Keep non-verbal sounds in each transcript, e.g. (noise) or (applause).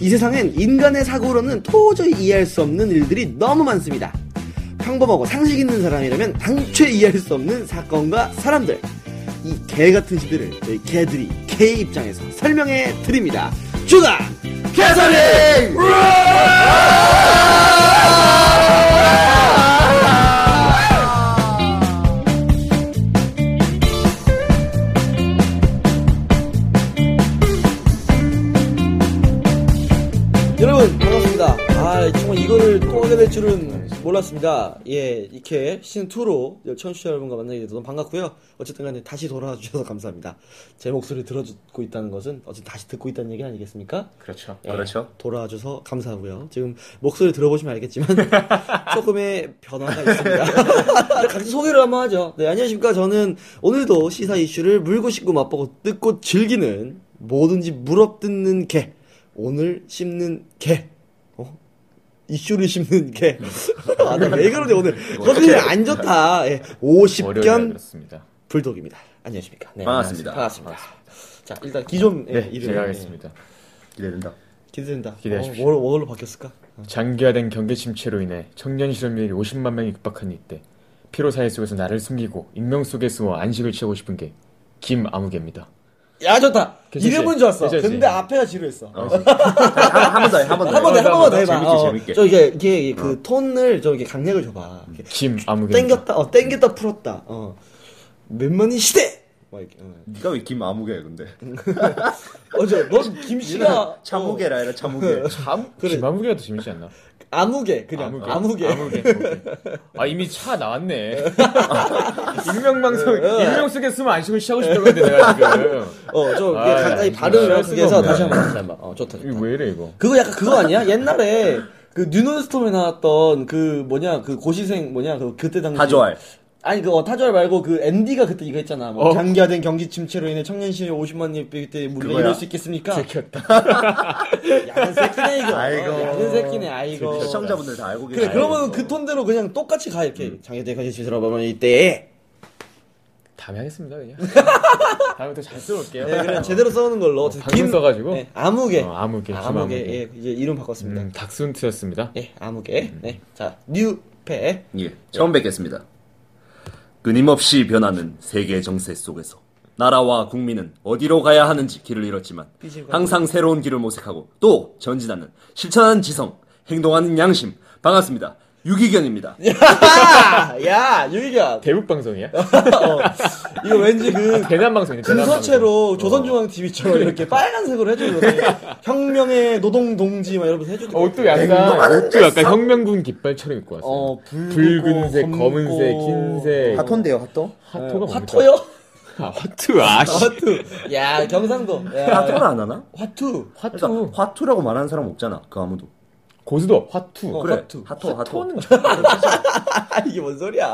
이 세상엔 인간의 사고로는 도저히 이해할 수 없는 일들이 너무 많습니다. 평범하고 상식 있는 사람이라면 당최 이해할 수 없는 사건과 사람들. 이 개 같은 시대를 저희 개들이 개의 입장에서 설명해 드립니다. 주간 개설링! 여러분 반갑습니다. 아 정말 이거를 또 하게 될 줄은 몰랐습니다. 예 이렇게 시즌 2로 천취자 여러분과 만나게 돼서 너무 반갑고요. 어쨌든간에 다시 돌아와 주셔서 감사합니다. 제 목소리 들어주고 있다는 것은 어쨌든 다시 듣고 있다는 얘기 아니겠습니까? 그렇죠. 예, 그렇죠. 돌아와 줘서 감사하고요. 지금 목소리 들어보시면 알겠지만 (laughs) 조금의 변화가 있습니다. (laughs) 각자 소개를 한번 하죠. 네, 안녕하십니까. 저는 오늘도 시사 이슈를 물고 씹고 맛보고 뜯고 즐기는 뭐든지 물어뜯는 개. 오늘 씹는 개. 어? 이슈를 씹는 개. (laughs) 아, 나 왜 그러냐, 오늘. 컨디션이 안 좋다. 예, 월요일에 50견 그렇습니다. 불독입니다. 안녕하십니까. 네, 반갑습니다. 반갑습니다. 자, 일단 기존 예, 네, 이름. 제가 예. 하겠습니다. 기대된다. 기대된다. 기대하십시오. 어, 뭘, 뭘로 바뀌었을까? 장기화된 경제 침체로 인해 청년 실업률이 50만 명에 육박한 이때 피로 사회 속에서 나를 숨기고 익명 속에 숨어 안식을 취하고 싶은 게 김아무개입니다. 야 좋다. 괜찮지? 이름은 좋았어. 괜찮지? 근데 앞에가 지루했어. 한번 더 해, 한번 한 번 더, 한 번만 더 해봐. 재밌게, 어, 재밌게. 저 이게 이게 이게 그 톤을 저 이렇게 강약을 줘봐. 이렇게 김아무개. 땡겼다, 어 땡겼다 풀었다. 어 몇만인 시대. 막 이렇게. 어. 네가 왜 김아무개야 근데? (laughs) 어저 어. 넌 김씨가 참무개라 아니라 참무개. 참 그래. 김아무개가 더 재밌지 않나? 아무개 그냥 아무개. 아무개. 아무개. 아 이미 차 나왔네. (laughs) 익명 방송 익명 속에 숨어 안식을 취하고 싶다고 했는데 내가 지금. 어저 아, 간단히 진짜 발음을 할 그렇게 해서 수가 없네. 다시 한번 다시 한번. 어 좋다 좋다. 이거 왜 이래 이거? 그거 약간 그거 아니야? 옛날에 그 뉴논스톰에 나왔던 그 뭐냐 그 고시생 뭐냐 그 그때 당시 다조알. 아니 그거 타조알 말고 그 앤디가 그때 이거 했잖아. 뭐 어. 장기화된 경기 침체로 인해 청년 시의 50만 입비 때 물려 그거야. 이럴 수 있겠습니까? 새끼였다. (laughs) 야는 새끼네 이거. 아이고. 야는 새끼네 아이고. 시청자분들 다 알고 계세요. 그래 그러면 그 톤대로 그냥 똑같이 가 이렇게 장기화된 경기 침체로 보면 이때. 다음에 하겠습니다 (laughs) 그냥. 다음에 더 잘 써올게요. 네, 그래 제대로 써오는 걸로. 어쨌든 방금 써가지고. 네, 아무개. 어, 아무개, 김 아무개. 아무개. 예, 이제 이름 바꿨습니다. 음, 닥순트였습니다. 예, 아무개. 네, 자 뉴페. 예, 처음 뵙겠습니다. 끊임없이 변하는 세계 정세 속에서 나라와 국민은 어디로 가야 하는지 길을 잃었지만 항상 새로운 길을 모색하고 또 전진하는 실천하는 지성, 행동하는 양심. 반갑습니다. 유기견입니다. 야, 야 유기견. 대북 방송이야? (laughs) 어, 이거 왠지 그 대남 방송이네. 대남 근서체로 조선중앙 TV처럼 그러니까. 이렇게 빨간색으로 (laughs) 해주거든. 혁명의 노동 동지 막 이러면서 해주거든. 방송. 옷도 어, 약간 옷도 약간 혁명군 깃발처럼 입고 왔어요. 어, 붉고, 붉은색, 검고. 아, 검은색, 흰색. 핫톤데요, 핫톤? 화토가 뭡니까? 화토요? 아, 화투 아씨. 아. 화투. 야 경상도. 야, 핫톤을 안 하나? 화투. 화투. 그러니까 화투라고 말하는 사람 없잖아. 그 아무도. 고수도 화투. 어, 그래. 화투. 핫토, 핫토. (laughs) 화토는 아 이게 뭔 소리야?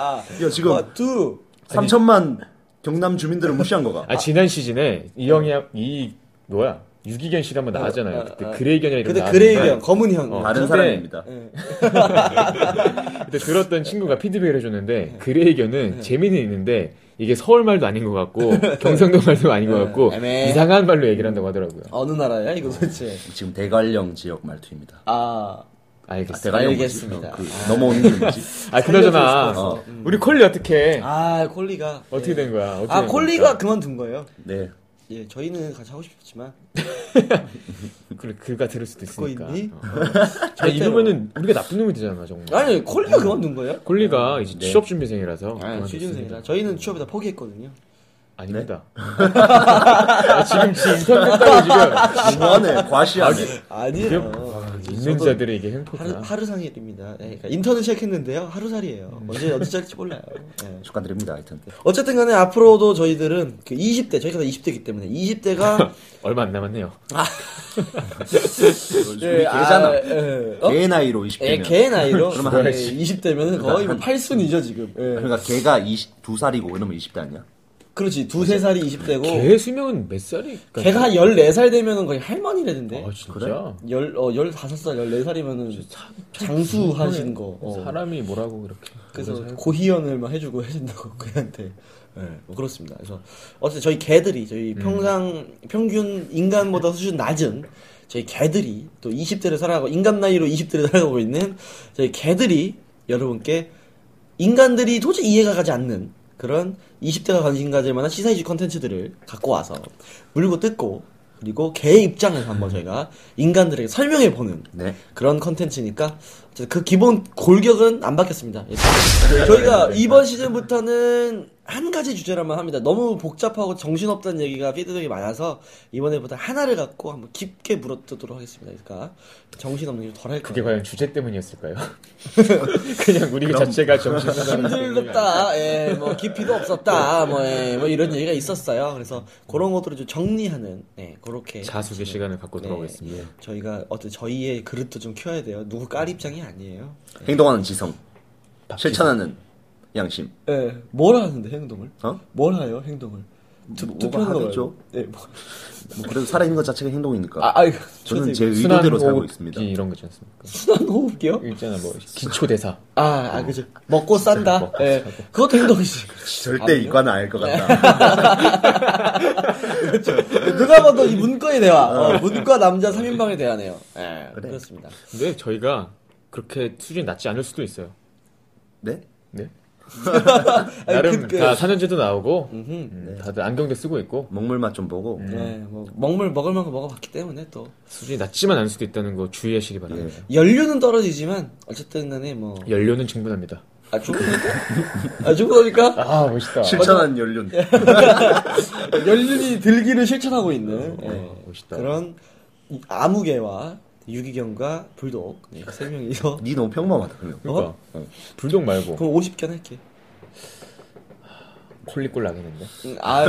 야, 지금 화투. 3천만 경남 주민들을 무시한 거가. 아 지난 시즌에 이영이 이 뭐야 유기견 씨도 한번 나왔잖아요. 어, 그때 어. 그레이견이랑 이름 근데 나왔는데 그레이견, 검은 형. 어. 다른 근데- 사람입니다. 그때 들었던 친구가 피드백을 해줬는데 그레이견은 재미는 있는데 이게 서울 말도 아닌 것 같고 경상도 말도 아닌 것 같고 애매해. 이상한 말로 얘기를 한다고 하더라고요. 어느 나라야 이거 도대체? 지금 대관령 지역 말투입니다. 아 아, 알겠어. 대관령 뭐지? 알겠습니다. 어, 그 넘어오는 게 뭐지? 아 그나저나 싶었어. 어. 우리 콜리 어떻게 아 콜리가. 어떻게 된 거야? 어떻게 아 된 콜리가 그만둔 거예요. 네. 예, 저희는 같이 하고 싶었지만 겁니까? 그래 그가 들을 수도 듣고 있으니까. 있니? 어. 아니, 이러면은 우리가 나쁜 놈이 되잖아 정말. 아니 콜리가 음. 그만둔 거예요? 콜리가 이제 취업 준비생이라서 아, 그만뒀습니다. 취준생이라 저희는 취업에다 포기했거든요. 아닙니다. (laughs) 아, 지금 지 인턴 끝다고 지금 과하네, 과시하네. 아니에요. 있는 자들의 이게 행포구나. 하루 하루상일입니다. 네, 그러니까 인턴을 시작했는데요. 하루살이에요. 음. 언제 언제 시작할지 몰라요. 네. 축하드립니다, 하여튼. 어쨌든 간에 앞으로도 저희들은 그 20대 저희가 다 20대이기 때문에 (laughs) 20대가 얼마 안 남았네요. 우리 개잖아. 네, 어? 개 나이로 20대면. 예, 개 나이로 그러면 예, 한- 20대면 거의 그러니까. 뭐 8순이죠 지금. 예. 그러니까 개가 22살이고 이러면 20대 아니야? 그렇지 두세 살이 20대고 개 수명은 몇 살일까? 개가 한 14살 되면은 거의 할머니라던데. 아 진짜. 그래? 열, 어, 15살, 14살이면은 장수 하신 거. 어. 사람이 뭐라고 그렇게. 그래서 고희연을 막 해주고 해준다고 (laughs) 그한테 뭐 그렇습니다. 그래서 어쨌든 저희 개들이 저희 평상 평균 인간보다 수준 낮은 저희 개들이 또 20대를 살아가고 인간 나이로 20대를 살아가고 있는 저희 개들이 여러분께 인간들이 도저히 이해가 가지 않는 그런 20대가 관심 가질 만한 시사 이슈 컨텐츠들을 갖고 와서 물고 뜯고 그리고 개의 입장에서 한번 저희가 인간들에게 설명해 보는 네. 그런 컨텐츠니까 어쨌든 그 기본 골격은 안 바뀌었습니다. 예. 네, 저희가 이번 시즌부터는 한 가지 주제로만 합니다. 너무 복잡하고 정신없다는 얘기가 피드백이 많아서 이번에보다 하나를 갖고 한번 깊게 물어뜯도록 하겠습니다. 그러니까 정신없는 게 덜할 그게 거예요. 과연 주제 때문이었을까요? 그냥 우리 자체가 정신없다. 힘들었다, 예, 뭐 깊이도 없었다, 뭐, 예, 뭐 이런 얘기가 있었어요. 그래서 그런 것들을 좀 정리하는, 예, 그렇게 (laughs) 자숙의 시간을 네. 갖고 예. 돌아오겠습니다. 저희가 어떤 저희의 그릇도 좀 키워야 돼요. 누구 깔 입장이 아니에요. 행동하는 지성. 실천하는 양심. 예, 뭘 하는데 행동을? 어? 뭘 해요 행동을? 투, 뭐가 투표하는 거 하겠죠? 말고. 예, 뭐. 뭐 그래도 살아있는 것 자체가 행동이니까. 아, 아이, 저는 저는 제 순환 의도대로 살고 호흡기 있습니다. 이런 거지 않습니까? (laughs) 순환 호흡기요? 있잖아 뭐 기초 대사. 아, 아, 그죠. 먹고 싼다. 먹고 예, 그것도 행동이지. 그렇죠. 절대 이과는 아닐 것 같다. 누가 봐도 이 문과의 대화, 어, 문과 남자 3인방의 대화네요. 예, 그래. 그렇습니다 근데 저희가 그렇게 수준이 낮지 않을 수도 있어요. 네? 네. 아니, 나름 그- 다 4년제도 나오고 음흠. 네. 음, 다들 안경도 쓰고 있고 먹물 맛 좀 보고. 음. 예, 뭐 먹물 먹을 만큼 먹어봤기 때문에 또 수준이 낮지만 않을 수도 있다는 거 주의하시기 바랍니다. 연료는 떨어지지만 어쨌든간에 뭐 연료는 충분합니다. 아, 죽으니까? 아, 죽으니까? 아 네. 멋있다. 실천한 연륜. 연륜이 들기를 실천하고 있는 예, 어, 멋있다. 그런 이 아무개와 유기견과 불독 네, 세 명이서 니 너무 평범하다 그러면. 그러니까 불독 말고 어? 그럼 50견 할게. 콜리꼴 나겠는데. 응, 아,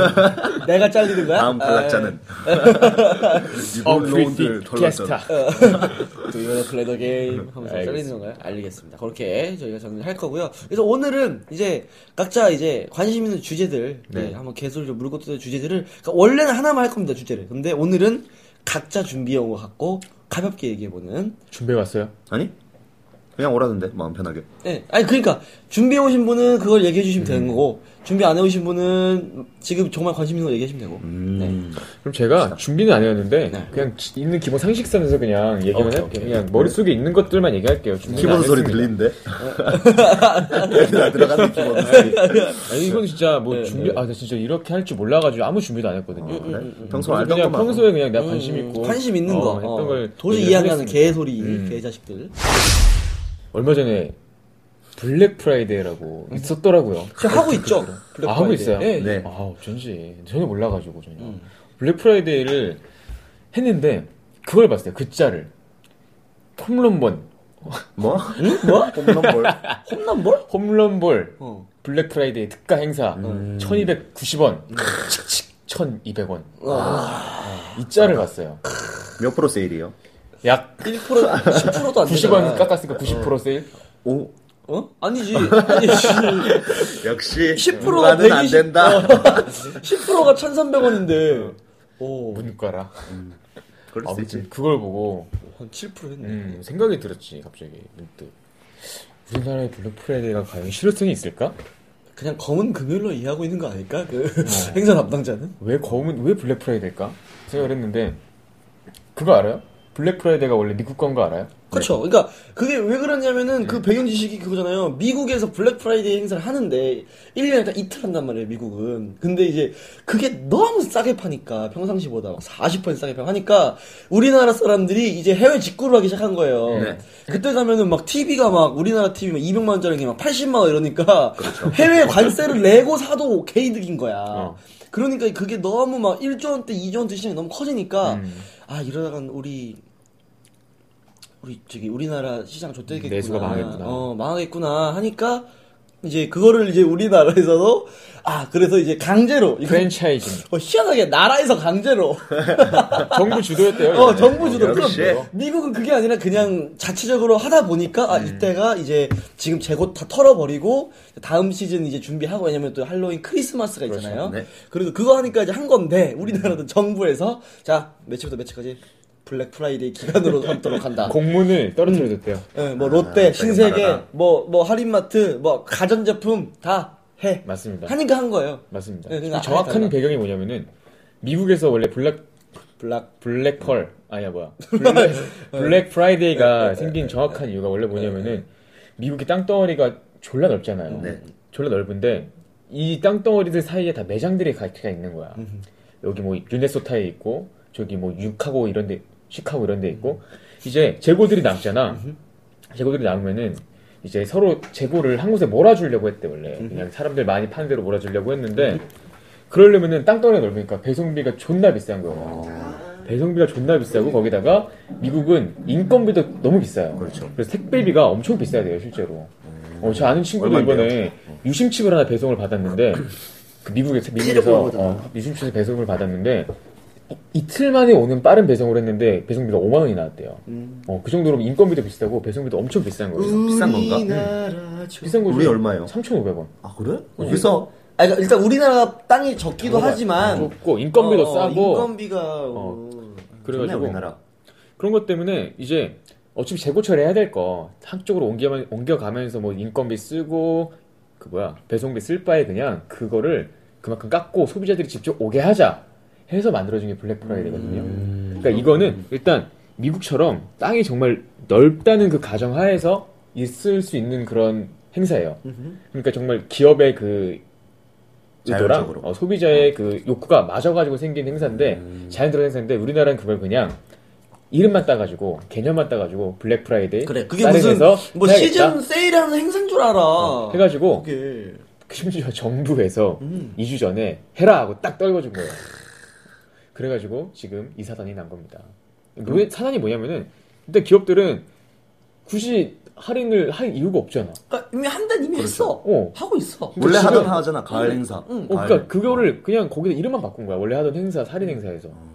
내가 잘리는 거야? 아, 다음 탈락자는. 네? 아, 어 (laughs) 이걸로 프리티 오늘 피에스타. 탈락자. 두유나 플레더 게임 하면서 알겠습니다. 잘리는 건가요? 알겠습니다. 그렇게 저희가 정리할 거고요. 그래서 오늘은 이제 각자 이제 관심 있는 주제들 네, 네. 한번 개수를 좀 물고 뜯는 주제들을 그러니까 원래는 하나만 할 겁니다 주제를. 근데 오늘은 각자 준비해 온 것 같고 가볍게 얘기해 보는. 준비해 왔어요? 아니? 그냥 오라던데 마음 편하게. 네, 아니 그러니까 준비해 오신 분은 그걸 얘기해 주시면 음. 되는 거고 준비 안 해 오신 분은 지금 정말 관심 있는 거 얘기하시면 되고. 음. 그럼 제가 준비는 안 해왔는데 네. 그냥 지- 있는 기본 상식선에서 그냥 얘기만 오케이, 할게요. 오케이. 그냥 머릿속에 있는 것들만 얘기할게요. 준비는 안 키보드 소리 했습니다. 네. 들리는데? (laughs) 나 들어가는 키보드 소리. 아니 이건 진짜 뭐 네, 음, 준비 아나 진짜 이렇게 할 줄 몰라가지고 아무 준비도 안 했거든요. 네. 그래? 어, 네? 평소 그래서 알던 그냥 것만. 평소에 그냥 내가 관심 있고 관심 있는 어, 거. 했던 어, 걸 도저히 얘기를 이해 안 가는 하겠습니다. 음. 개소리, 개자식들. 얼마 전에 블랙 프라이데이라고 있었더라고요. 지금 하고 있죠? 음. 블랙 아, 하고 프라이데이. 있어요? 예, 음. 네. 아, 어쩐지. 전혀 몰라가지고, 전혀. 블랙 프라이데이를 했는데, 그걸 봤어요. 글자를. 홈런번. 뭐? 뭐? (laughs) 홈런볼. 홈런볼? 홈런볼. 어. 블랙 프라이데이 특가 행사. 음. 1290원. 1200원. 어. 아, 이 자를 봤어요. 몇 프로 세일이요? 약 1% 10%도 안 90원 되잖아. 깎았으니까 90% 세일. 오. 어? 아니지. 아니지. (laughs) 역시 10%가 인간은 안 120 된다. 어. 10%가 1,300원인데. 오. 문과라. 그럴 수 아무튼 있지. 그걸 보고 한 7% 했네. 음, 생각이 들었지 갑자기 문득 우리나라의 블랙 프라이데이가 과연 실효성이 있을까? 그냥 검은 금요일로 이해하고 있는 거 아닐까? 그 음. (laughs) 행사 담당자는? 왜 검은 왜 블랙 프라이데이일까? 생각을 했는데 그거 알아요? 블랙 프라이데이가 원래 미국 건 거 알아요? 그렇죠. 그러니까 그게 왜 그러냐면은 그 배경 지식이 그거잖아요. 미국에서 블랙 프라이데이 행사를 하는데 1년에 딱 이틀 한단 말이에요, 미국은. 근데 이제 그게 너무 싸게 파니까 평상시보다 막 40% 싸게 파 하니까 우리나라 사람들이 이제 해외 직구를 하기 시작한 거예요. 네. 그때 가면은 막 TV가 막 우리나라 TV 막 200만 원짜리 게막 80만 원 이러니까 해외 관세를 내고 사도 개이득인 거야. 어. 그러니까 그게 너무 막 1조 원대, 2조 원대 시장이 너무 커지니까 아 이러다간 우리 우리 저기 우리나라 시장 좆되겠구나. 내수가 망하겠구나. 어, 망하겠구나 하니까 이제 그거를 이제 우리나라에서도 아 그래서 이제 강제로 이거 (laughs) 프랜차이징 어, 희한하게 나라에서 강제로 정부 뭐 주도였대요. 어 이번에. 정부 주도 그럼 역시. 미국은 그게 아니라 그냥 자체적으로 하다 보니까 아 음. 이때가 이제 지금 재고 다 털어버리고 다음 시즌 이제 준비하고 왜냐면 또 할로윈 크리스마스가 있잖아요. 그렇죠. 네. 음. 그래서 그거 하니까 이제 한 건데 우리나라도 정부에서 자 며칠부터 며칠까지 블랙 프라이데이 (laughs) 기간으로 삼도록 한다. 공문을 떨어뜨려줬대요. 예, 뭐 롯데, 아, 갑자기 신세계, 말하다. 뭐 뭐 할인마트, 뭐 가전제품 다 해. 맞습니다. 하니까 한 거예요. 맞습니다. 네, 그냥 정확한 아예 달라. 배경이 뭐냐면은 미국에서 원래 블랙 블락 블랙펄 아니야 뭐야 음. (laughs) 블랙, 어. 네, 블랙 프라이데이가 생긴 정확한 이유가 원래 뭐냐면은 미국의 땅덩어리가 졸라 넓잖아요. 네. 졸라 넓은데 이 땅덩어리들 사이에 다 매장들이 가치가 있는 거야. 여기 뭐 유네소타에 있고 저기 뭐 유카고 이런데 시카고 이런데 있고 이제 재고들이 남잖아. 재고들이 남으면은 이제 서로 재고를 한 곳에 몰아주려고 했대 원래 그냥 사람들 많이 파는 대로 몰아주려고 했는데 그러려면은 땅덩어리 가 넓으니까 배송비가 존나 비싼 거야. 아. 배송비가 존나 비싸고 거기다가 미국은 인건비도 너무 비싸요. 그렇죠. 래서 택배비가 엄청 비싸야 돼요 실제로. 어, 저 아는 친구도 얼마인데요? 이번에 유심칩을 하나 배송을 (laughs) 받았는데 그 미국에서 미국에서 피자버거잖아. 어, 유심칩에서 배송을 받았는데 이- 이틀 만에 오는 빠른 배송을 했는데 배송비가 5만 원이 나왔대요. 어, 그 정도로 인건비도 비싸고 배송비도 엄청 비싼 음. 거예요. 비싼 건가? 우리나라 저- 비싼 거죠. 우리 얼마예요? 3,500원. 아 그래? 그래서 아 그러니까 일단 우리나라 땅이 적기도 하지만 좁고 아, 뭐 인건비도 어, 싸고 인건비가 어. 좋네 그래가지고 우리나라. 그런 것 때문에 이제 어차피 재고 처리해야 될 거 한쪽으로 옮겨 옮겨가면서 뭐 인건비 쓰고 그 뭐야 배송비 쓸 바에 그냥 그거를 그만큼 깎고 소비자들이 직접 오게 하자 해서 만들어진 게 블랙 프라이데이거든요. 그러니까 음. 이거는 일단 미국처럼 땅이 정말 넓다는 그 가정 하에서 있을 수 있는 그런 행사예요. 그러니까 정말 기업의 그 의도랑 자율적으로. 어, 음. 소비자의 그 욕구가 맞아가지고 생긴 행사인데 자연스러운 행사인데 우리나라는 그걸 그냥 이름만 따가지고 개념만 따가지고 블랙 프라이데이 그래 그게 다른 무슨 데서 뭐 해야겠다 어, 시즌 어. 세일하는 행사인 줄 알아 해가지고 그게 심지어 정부에서 음. 음. 2주 전에 해라 하고 딱 떨궈준 거예요. 그래가지고 지금 이 사단이 난 겁니다. 뭐, 사단이 뭐냐면은 일단 기업들은 굳이 할인을 할 이유가 없잖아. 그러니까 이미 한단 이미 했어 어. 하고 있어 원래 지금- 하던 하잖아 가을 행사. 어, 그러니까 그거를 그냥 거기다 이름만 바꾼 거야. 원래 하던 행사 살인 행사에서. 어.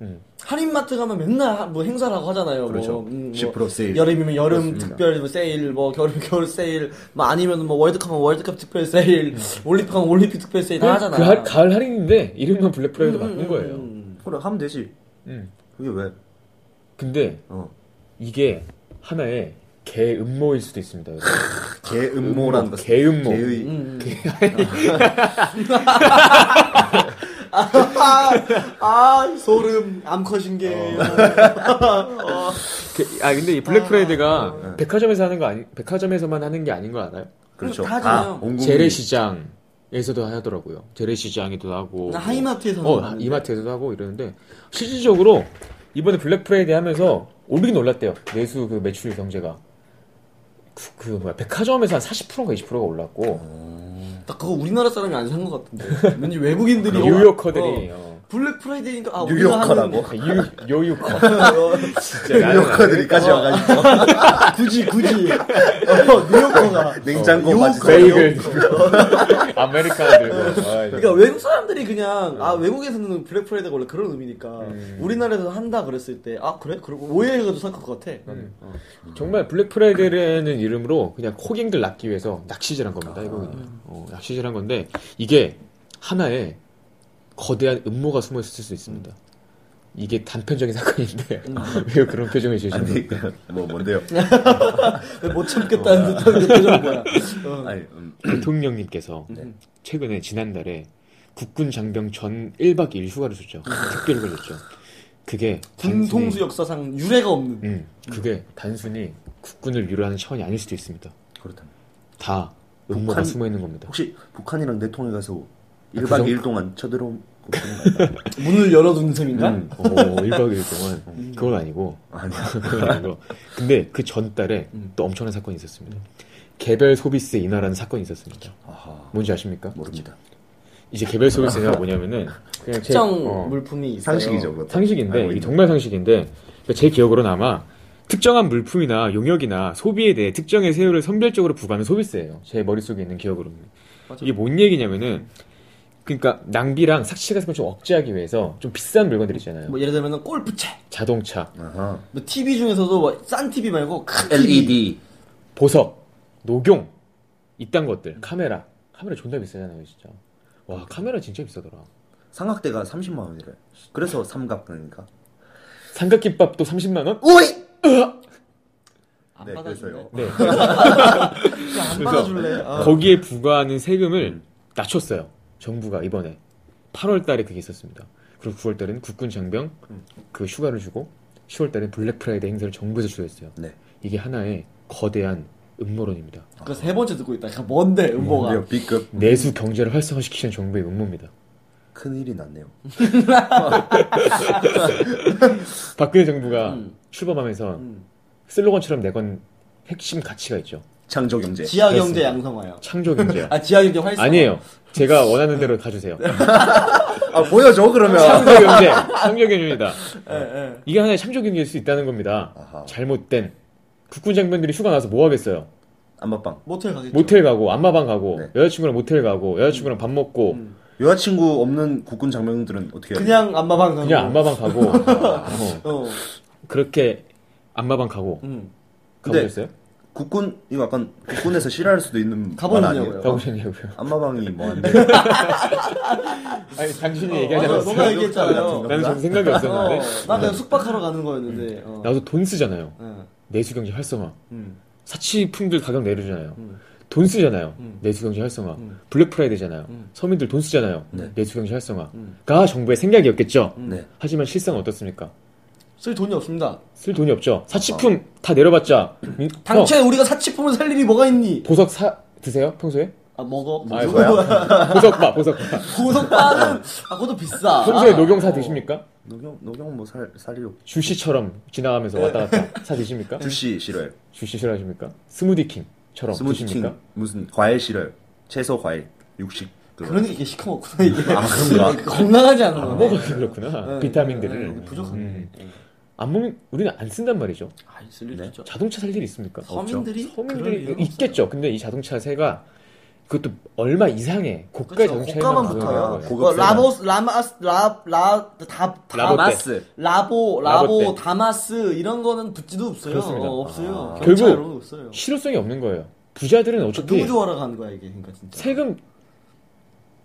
음. 할인마트 가면 맨날 하- 뭐 행사라고 하잖아요 그렇죠. 뭐, 음, 뭐 10% 예. 세일. 여름이면 여름 그렇습니다. 특별 뭐 세일, 뭐 겨울이면 겨울 세일, 뭐 아니면 뭐 월드컵하면 월드컵 특별 세일, 올림픽하면 올림픽 특별 세일 다 음, 하잖아. 음. 그 할- 가을 할인인데 이름만 블랙 프라이데이 바꾼 거예요. 그래 하면 되지. 음. 그게 왜? 근데 어. 이게 하나의 개 음모일 수도 (laughs) 있습니다. 여러분. 개음모라는 거. 개음모. 개의 아 소름 암컷인 게. 어. 어. 개- 아 근데 이 블랙 프라이데이가 백화점에서 하는 거 아니 백화점에서만 하는 게 아닌 거 알아요? 그렇죠. 다 하잖아요. 온국이. 재래시장에서도 하더라고요. 재래시장에도 하고. 나 하이마트에서는 어, 봤는데. 이마트에서도 하고 이러는데 실질적으로 이번에 블랙 프라이데이 하면서 올리긴 올랐대요. 내수 그 매출 경제가 그, 그 뭐야 백화점에서 한 40%가 20%가 올랐고 나 그거 우리나라 사람이 안 산 것 같은데. 왠지 외국인들이 뉴요커들이 어, 어. 어. 블랙 프라이데이니까 아 뉴욕커라고. 유 요요커 (laughs) 어, 뉴욕커들이까지 와가지고 굳이 굳이 어, 뉴욕커가. (laughs) 냉장고 맞으세요. 베이글 (laughs) 아메리카노 들고 아, 이거. 어. 그러니까 외국 사람들이 그냥 아 외국에서는 블랙 프라이데이가 원래 그런 의미니까 우리나라에서 한다 그랬을 때 아 그래? 그러고 오해해가지고 살 것 같아. 정말 블랙 프라이데이라는 이름으로 그냥 호갱들 낚기 위해서 낚시질한 겁니다. 이거 아. 그냥 어, 낚시질한 건데 이게 하나의 거대한 음모가 숨어 있을 수 있습니다. 이게 단편적인 (laughs) 사건인데 음. 왜 그런 표정을 지으시는 아니 뭐 뭔데요? 못 참겠다는 듯한 그 표정 뭐야. 어. 음. 아니 음, 대통령님께서 최근에 지난달에 국군 장병 전 1박 2일 휴가를 줬죠. 특별휴가를 줬죠. 그게 단순히- 군통수 역사상 유례가 없는. 음, 그게 단순히 국군을 위로하는 차원이 아닐 수도 있습니다. 그렇다면 다 음모가 북한- 숨어 있는 겁니다. 혹시 북한이랑 내통해 가서 그 정도? 1박 2일 동안 쳐들어온 거 없는 거 아닐까? 문을 열어두는 네. 셈인가? 오, 1박 음, (laughs) 2일 음. 동안 그건 아니고 아니야. 그건 아니고 근데 그 전달에 음. 또 엄청난 사건이 있었습니다. 개별 소비세 인하라는 사건이 있었습니다. 아하, 뭔지 아십니까? 그렇죠. 모릅니다. 이제 개별 소비세 인하가 뭐냐면은 그냥 제- 특정 어, 물품이 있어요. 상식이죠, 그것도. 알고 상식인데 이게 아, 뭐 있는. 정말 상식인데 그러니까 제 기억으로는 아마 특정한 물품이나 용역이나 소비에 대해 특정의 세율을 선별적으로 부과하는 소비세예요. 제 머릿속에 있는 기억으로는 이게 뭔 얘기냐면은 그러니까 낭비랑 삭시 같은 걸 좀 억제하기 위해서 좀 비싼 물건들 있잖아요. 뭐 예를 들면 골프채. 자동차, 아하. 뭐 TV 중에서도 뭐싼 TV 말고 큰 TV. LED 보석, 녹용 이딴 것들, 카메라. 카메라 존나 비싸잖아요, 진짜. 와, 그러니까. 카메라 진짜 비싸더라. 삼각대가 30만 원이래. 그래서 삼각 그러니까. 삼각김밥도 30만 원? 오이. 안 네, 받아줄래? 그래서요. 네. 진짜 안 받아줄래? 아. 어. 거기에 음. 부과하는 세금을 낮췄어요. 정부가 이번에 8월 달에 그게 있었습니다. 그리고 9월달은 국군 장병 음. 그 휴가를 주고 10월달은 블랙 프라이데이 행사를 정부에서 주도했어요. 네. 이게 하나의 거대한 음모론입니다. 그 세 번째 듣고 있다. 그러니까 뭔데 음모가? 뭔데요? B급 내수 경제를 활성화시키는 정부의 음모입니다. 큰일이 났네요. 박근혜 정부가 음. 출범하면서 슬로건처럼 내건 핵심 가치가 있죠. 창조 경제. 지하 경제 양성화요. 창조 경제요. 아 지하 경제 활성. 아니에요. 제가 원하는 대로 가주세요. 아 보여줘 그러면. 창조 경제, 창조 경제입니다. 예, 예. 이게 하나의 창조 경제일 수 있다는 겁니다. 아하. 잘못된 국군 장병들이 휴가 나서 뭐 하겠어요? 안마빵. 모텔 가겠죠. 모텔 가고 안마방 가고 네. 여자친구랑 모텔 가고 여자친구랑 밥 먹고 여자친구 없는 국군 장병들은 어떻게 해요? 그냥 안마방 가고. 그냥 안마방 (laughs) 가고 어, 어. 그렇게 안마방 가고 음. 근데 가보셨어요? 국군 이거 약간 국군에서 싫어할 수도 있는 말 가보느냐고요. 아니에요? 가보셨냐고요? 안마방이 뭐한데 네. 아니 당신이 어, 얘기하지 않았어요? 네. 너가 얘기했잖아요. 나는 전 생각이 없었는데 어, 나 그냥 숙박하러 가는 거였는데. 어. 음. 나도 돈 쓰잖아요. 예. 내수경제 활성화. 음. 사치품들 가격 내려주잖아요. 돈 쓰잖아요. 내수경제 활성화. 블랙프라이데이잖아요. 서민들 돈 쓰잖아요. 내수경제 활성화가 정부의 생각이었겠죠. 네. 하지만 실상은 어떻습니까? 쓸 돈이 없습니다. 쓸 돈이 없죠. 사치품 다 내려봤자 음, 당최 우리가 사치품을 살 일이 뭐가 있니? 형, 보석 사 드세요 평소에? 아 먹어. 아, (laughs) 뭐야? 보석바 보석바. 고석빵은 아 그것도 비싸. 평소에 녹용사 드십니까? 노경 노경 뭐살 살이로 주시처럼 지나가면서 왔다 갔다 (laughs) 사 드십니까? 주시 싫어요. 주시 싫어하십니까? 스무디킹처럼 어, 드십니까? 스무디킹 무슨 과일 싫어요. 채소 과일 육식 그거. 네. 그런 게 그러니까 이렇게 시커멓구나 이게. 아 (laughs) 그런가? 건강하지 않은 거. 뭐가 아, 그렇구나 비타민들을 부족한. 음. 안 먹는 우리는 안 쓴단 말이죠. 아 있을 네. 일 있죠. 자동차 살 일이 있습니까? 서민들이 그럴 서민들이 일은 있겠죠. 근데 이 자동차 세가 그것도 얼마 이상의 고가 그쵸, 자동차에만 고가만 부과되는 붙어요. 거예요. 고급 세관. 라보스 라마스 라라다 라보 때. 마스 라보 라보 라보 때. 다마스 이런 거는 붙지도 없어요. 그렇습니다. 어, 없어요. 아. 결국 결국- 이런 거 없어요. 실효성이 없는 거예요. 부자들은 누구 어차피 좋아라 가는 거야 이게 그러니까 진짜. 세금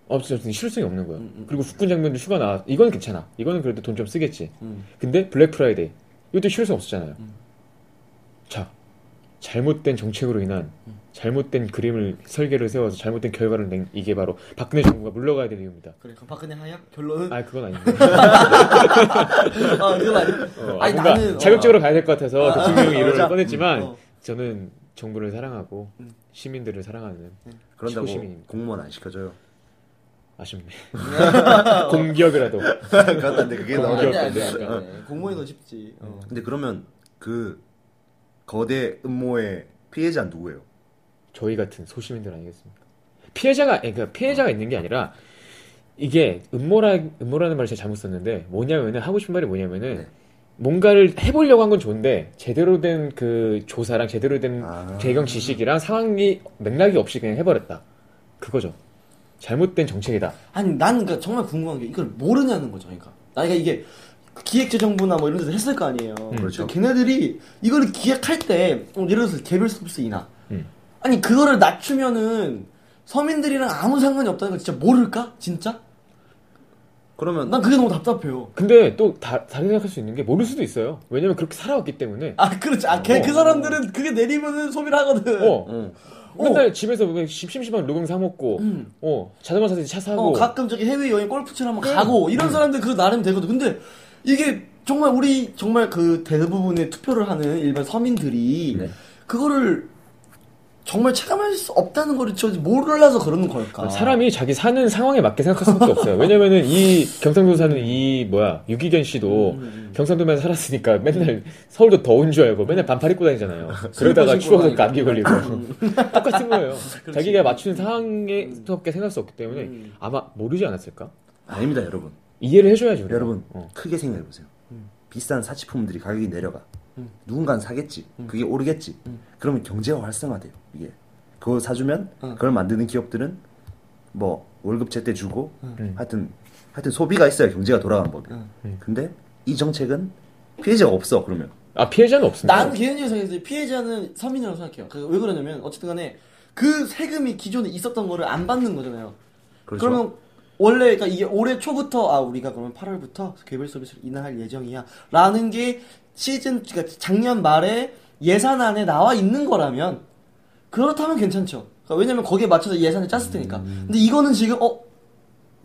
없어서 실효성이 없는 거예요. 음, 그리고 국군 장병들 휴가 나 이건 괜찮아. 이거는 그래도 돈 좀 쓰겠지. 음. 근데 블랙 프라이데이 이것도 실효성 없었잖아요. 자 잘못된 정책으로 인한 음. 잘못된 그림을 설계를 세워서 잘못된 결과를 낸 이게 바로 박근혜 정부가 물러가야 될 이유입니다. 그래 그럼 박근혜 하약 결론은 아 그건 아닌데. (laughs) 아 그건 아니. 어, 아니 뭔가 나는 어, 자격적으로 가야 될 것 같아서 그 대통령이 이를 맞아. 꺼냈지만 어. 음. 저는 정부를 사랑하고 시민들을 사랑하는 그런다고 시민입니다. 공무원 안 시켜줘요. 아쉽네. 어. (laughs) 공기업이라도 그런데 안 돼, 그게 공기업. 나오죠. 아니 아니 아니, 그러니까. 아니. 공무원이 더 쉽지. 어. 근데 그러면 그 거대 음모의 피해자 는 누구예요? 저희 같은 소시민들 아니겠습니까? 피해자가 아니, 그러니까 피해자가 있는 게 아니라 이게 음모라 음모라는 말을 제가 잘못 썼는데 뭐냐면은 하고 싶은 말이 뭐냐면은 네. 뭔가를 해보려고 한 건 좋은데 제대로 된 그 조사랑 제대로 된 아. 배경 지식이랑 상황이 맥락이 없이 그냥 해버렸다 그거죠 잘못된 정책이다 아니 나는 그러니까 정말 궁금한 게 이걸 모르냐는 거죠. 그러니까 나 그러니까 이게 기획재정부나 뭐 이런 데서 했을 거 아니에요. 그렇죠. 걔네들이 이거를 기획할 때 어, 예를 들어서 개별 서비스 인하. 음. 아니 그거를 낮추면은 서민들이랑 아무 상관이 없다는 걸 진짜 모를까? 진짜? 그러면 난 그게 너무 답답해요. 근데 또 다, 다르게 생각할 수 있는 게 모를 수도 있어요. 왜냐면 그렇게 살아왔기 때문에. 아 그렇지. 아걔 어. 그 사람들은 그게 내리면은 소비를 하거든. 어. 응. 맨날 집에서 뭐 그냥 심- 심심하면 루금 사 먹고, 어 자전거 사서 차 사고. 음. 네. 어, 가끔 저기 해외 여행 골프치러 한번 가고 이런 사람들 그 나름 되거든. 근데 이게 정말 우리 정말 그 대부분의 투표를 하는 일반 서민들이 네. 그거를 정말 체감할 수 없다는 거를 저 몰라서 그러는 걸까? 아, 사람이 자기 사는 상황에 맞게 생각할 수밖에 없어요. 왜냐면은 이 경상도 사는 이 뭐야 유기견 씨도 음, 경상도만 살았으니까 맨날 서울도 더운 줄 알고 맨날 반팔 (laughs) 입고 다니잖아요. 그러다가 신고 추워서 다니고. 음. 감기 걸리고 (laughs) 똑같은 (laughs) 거예요. 자기가 맞추는 상황에 밖에 생각할 수 없기 때문에 음. 아마 모르지 않았을까? 아닙니다 여러분. 이해를 해줘야죠. 우리가. 여러분 어. 크게 생각해 보세요. 비싼 사치품들이 가격이 내려가. 누군가는 사겠지. 그게 오르겠지. 그러면 경제가 활성화돼요. 이게 그거 사주면 그걸 만드는 기업들은 뭐 월급 제때 주고 하여튼 하여튼 소비가 있어야 경제가 돌아가는 법이에요. 근데 이 정책은 피해자가 없어 그러면 아 피해자는 없습니다. 난 개인적인 생각에서 피해자는 서민이라고 생각해요. 그왜 그러냐면 어쨌든 간에 그 세금이 기존에 있었던 거를 안 받는 거잖아요. 그렇죠. 그러면 원래 그러니까 이게 올해 초부터 아 우리가 그러면 8월부터 개별 서비스를 인하할 예정이야라는 게 시즌 그러니까 작년 말에 예산안에 나와 있는 거라면 음. 그렇다면 괜찮죠. 그러니까 왜냐면 거기에 맞춰서 예산을 짰을 테니까. 근데 이거는 지금 어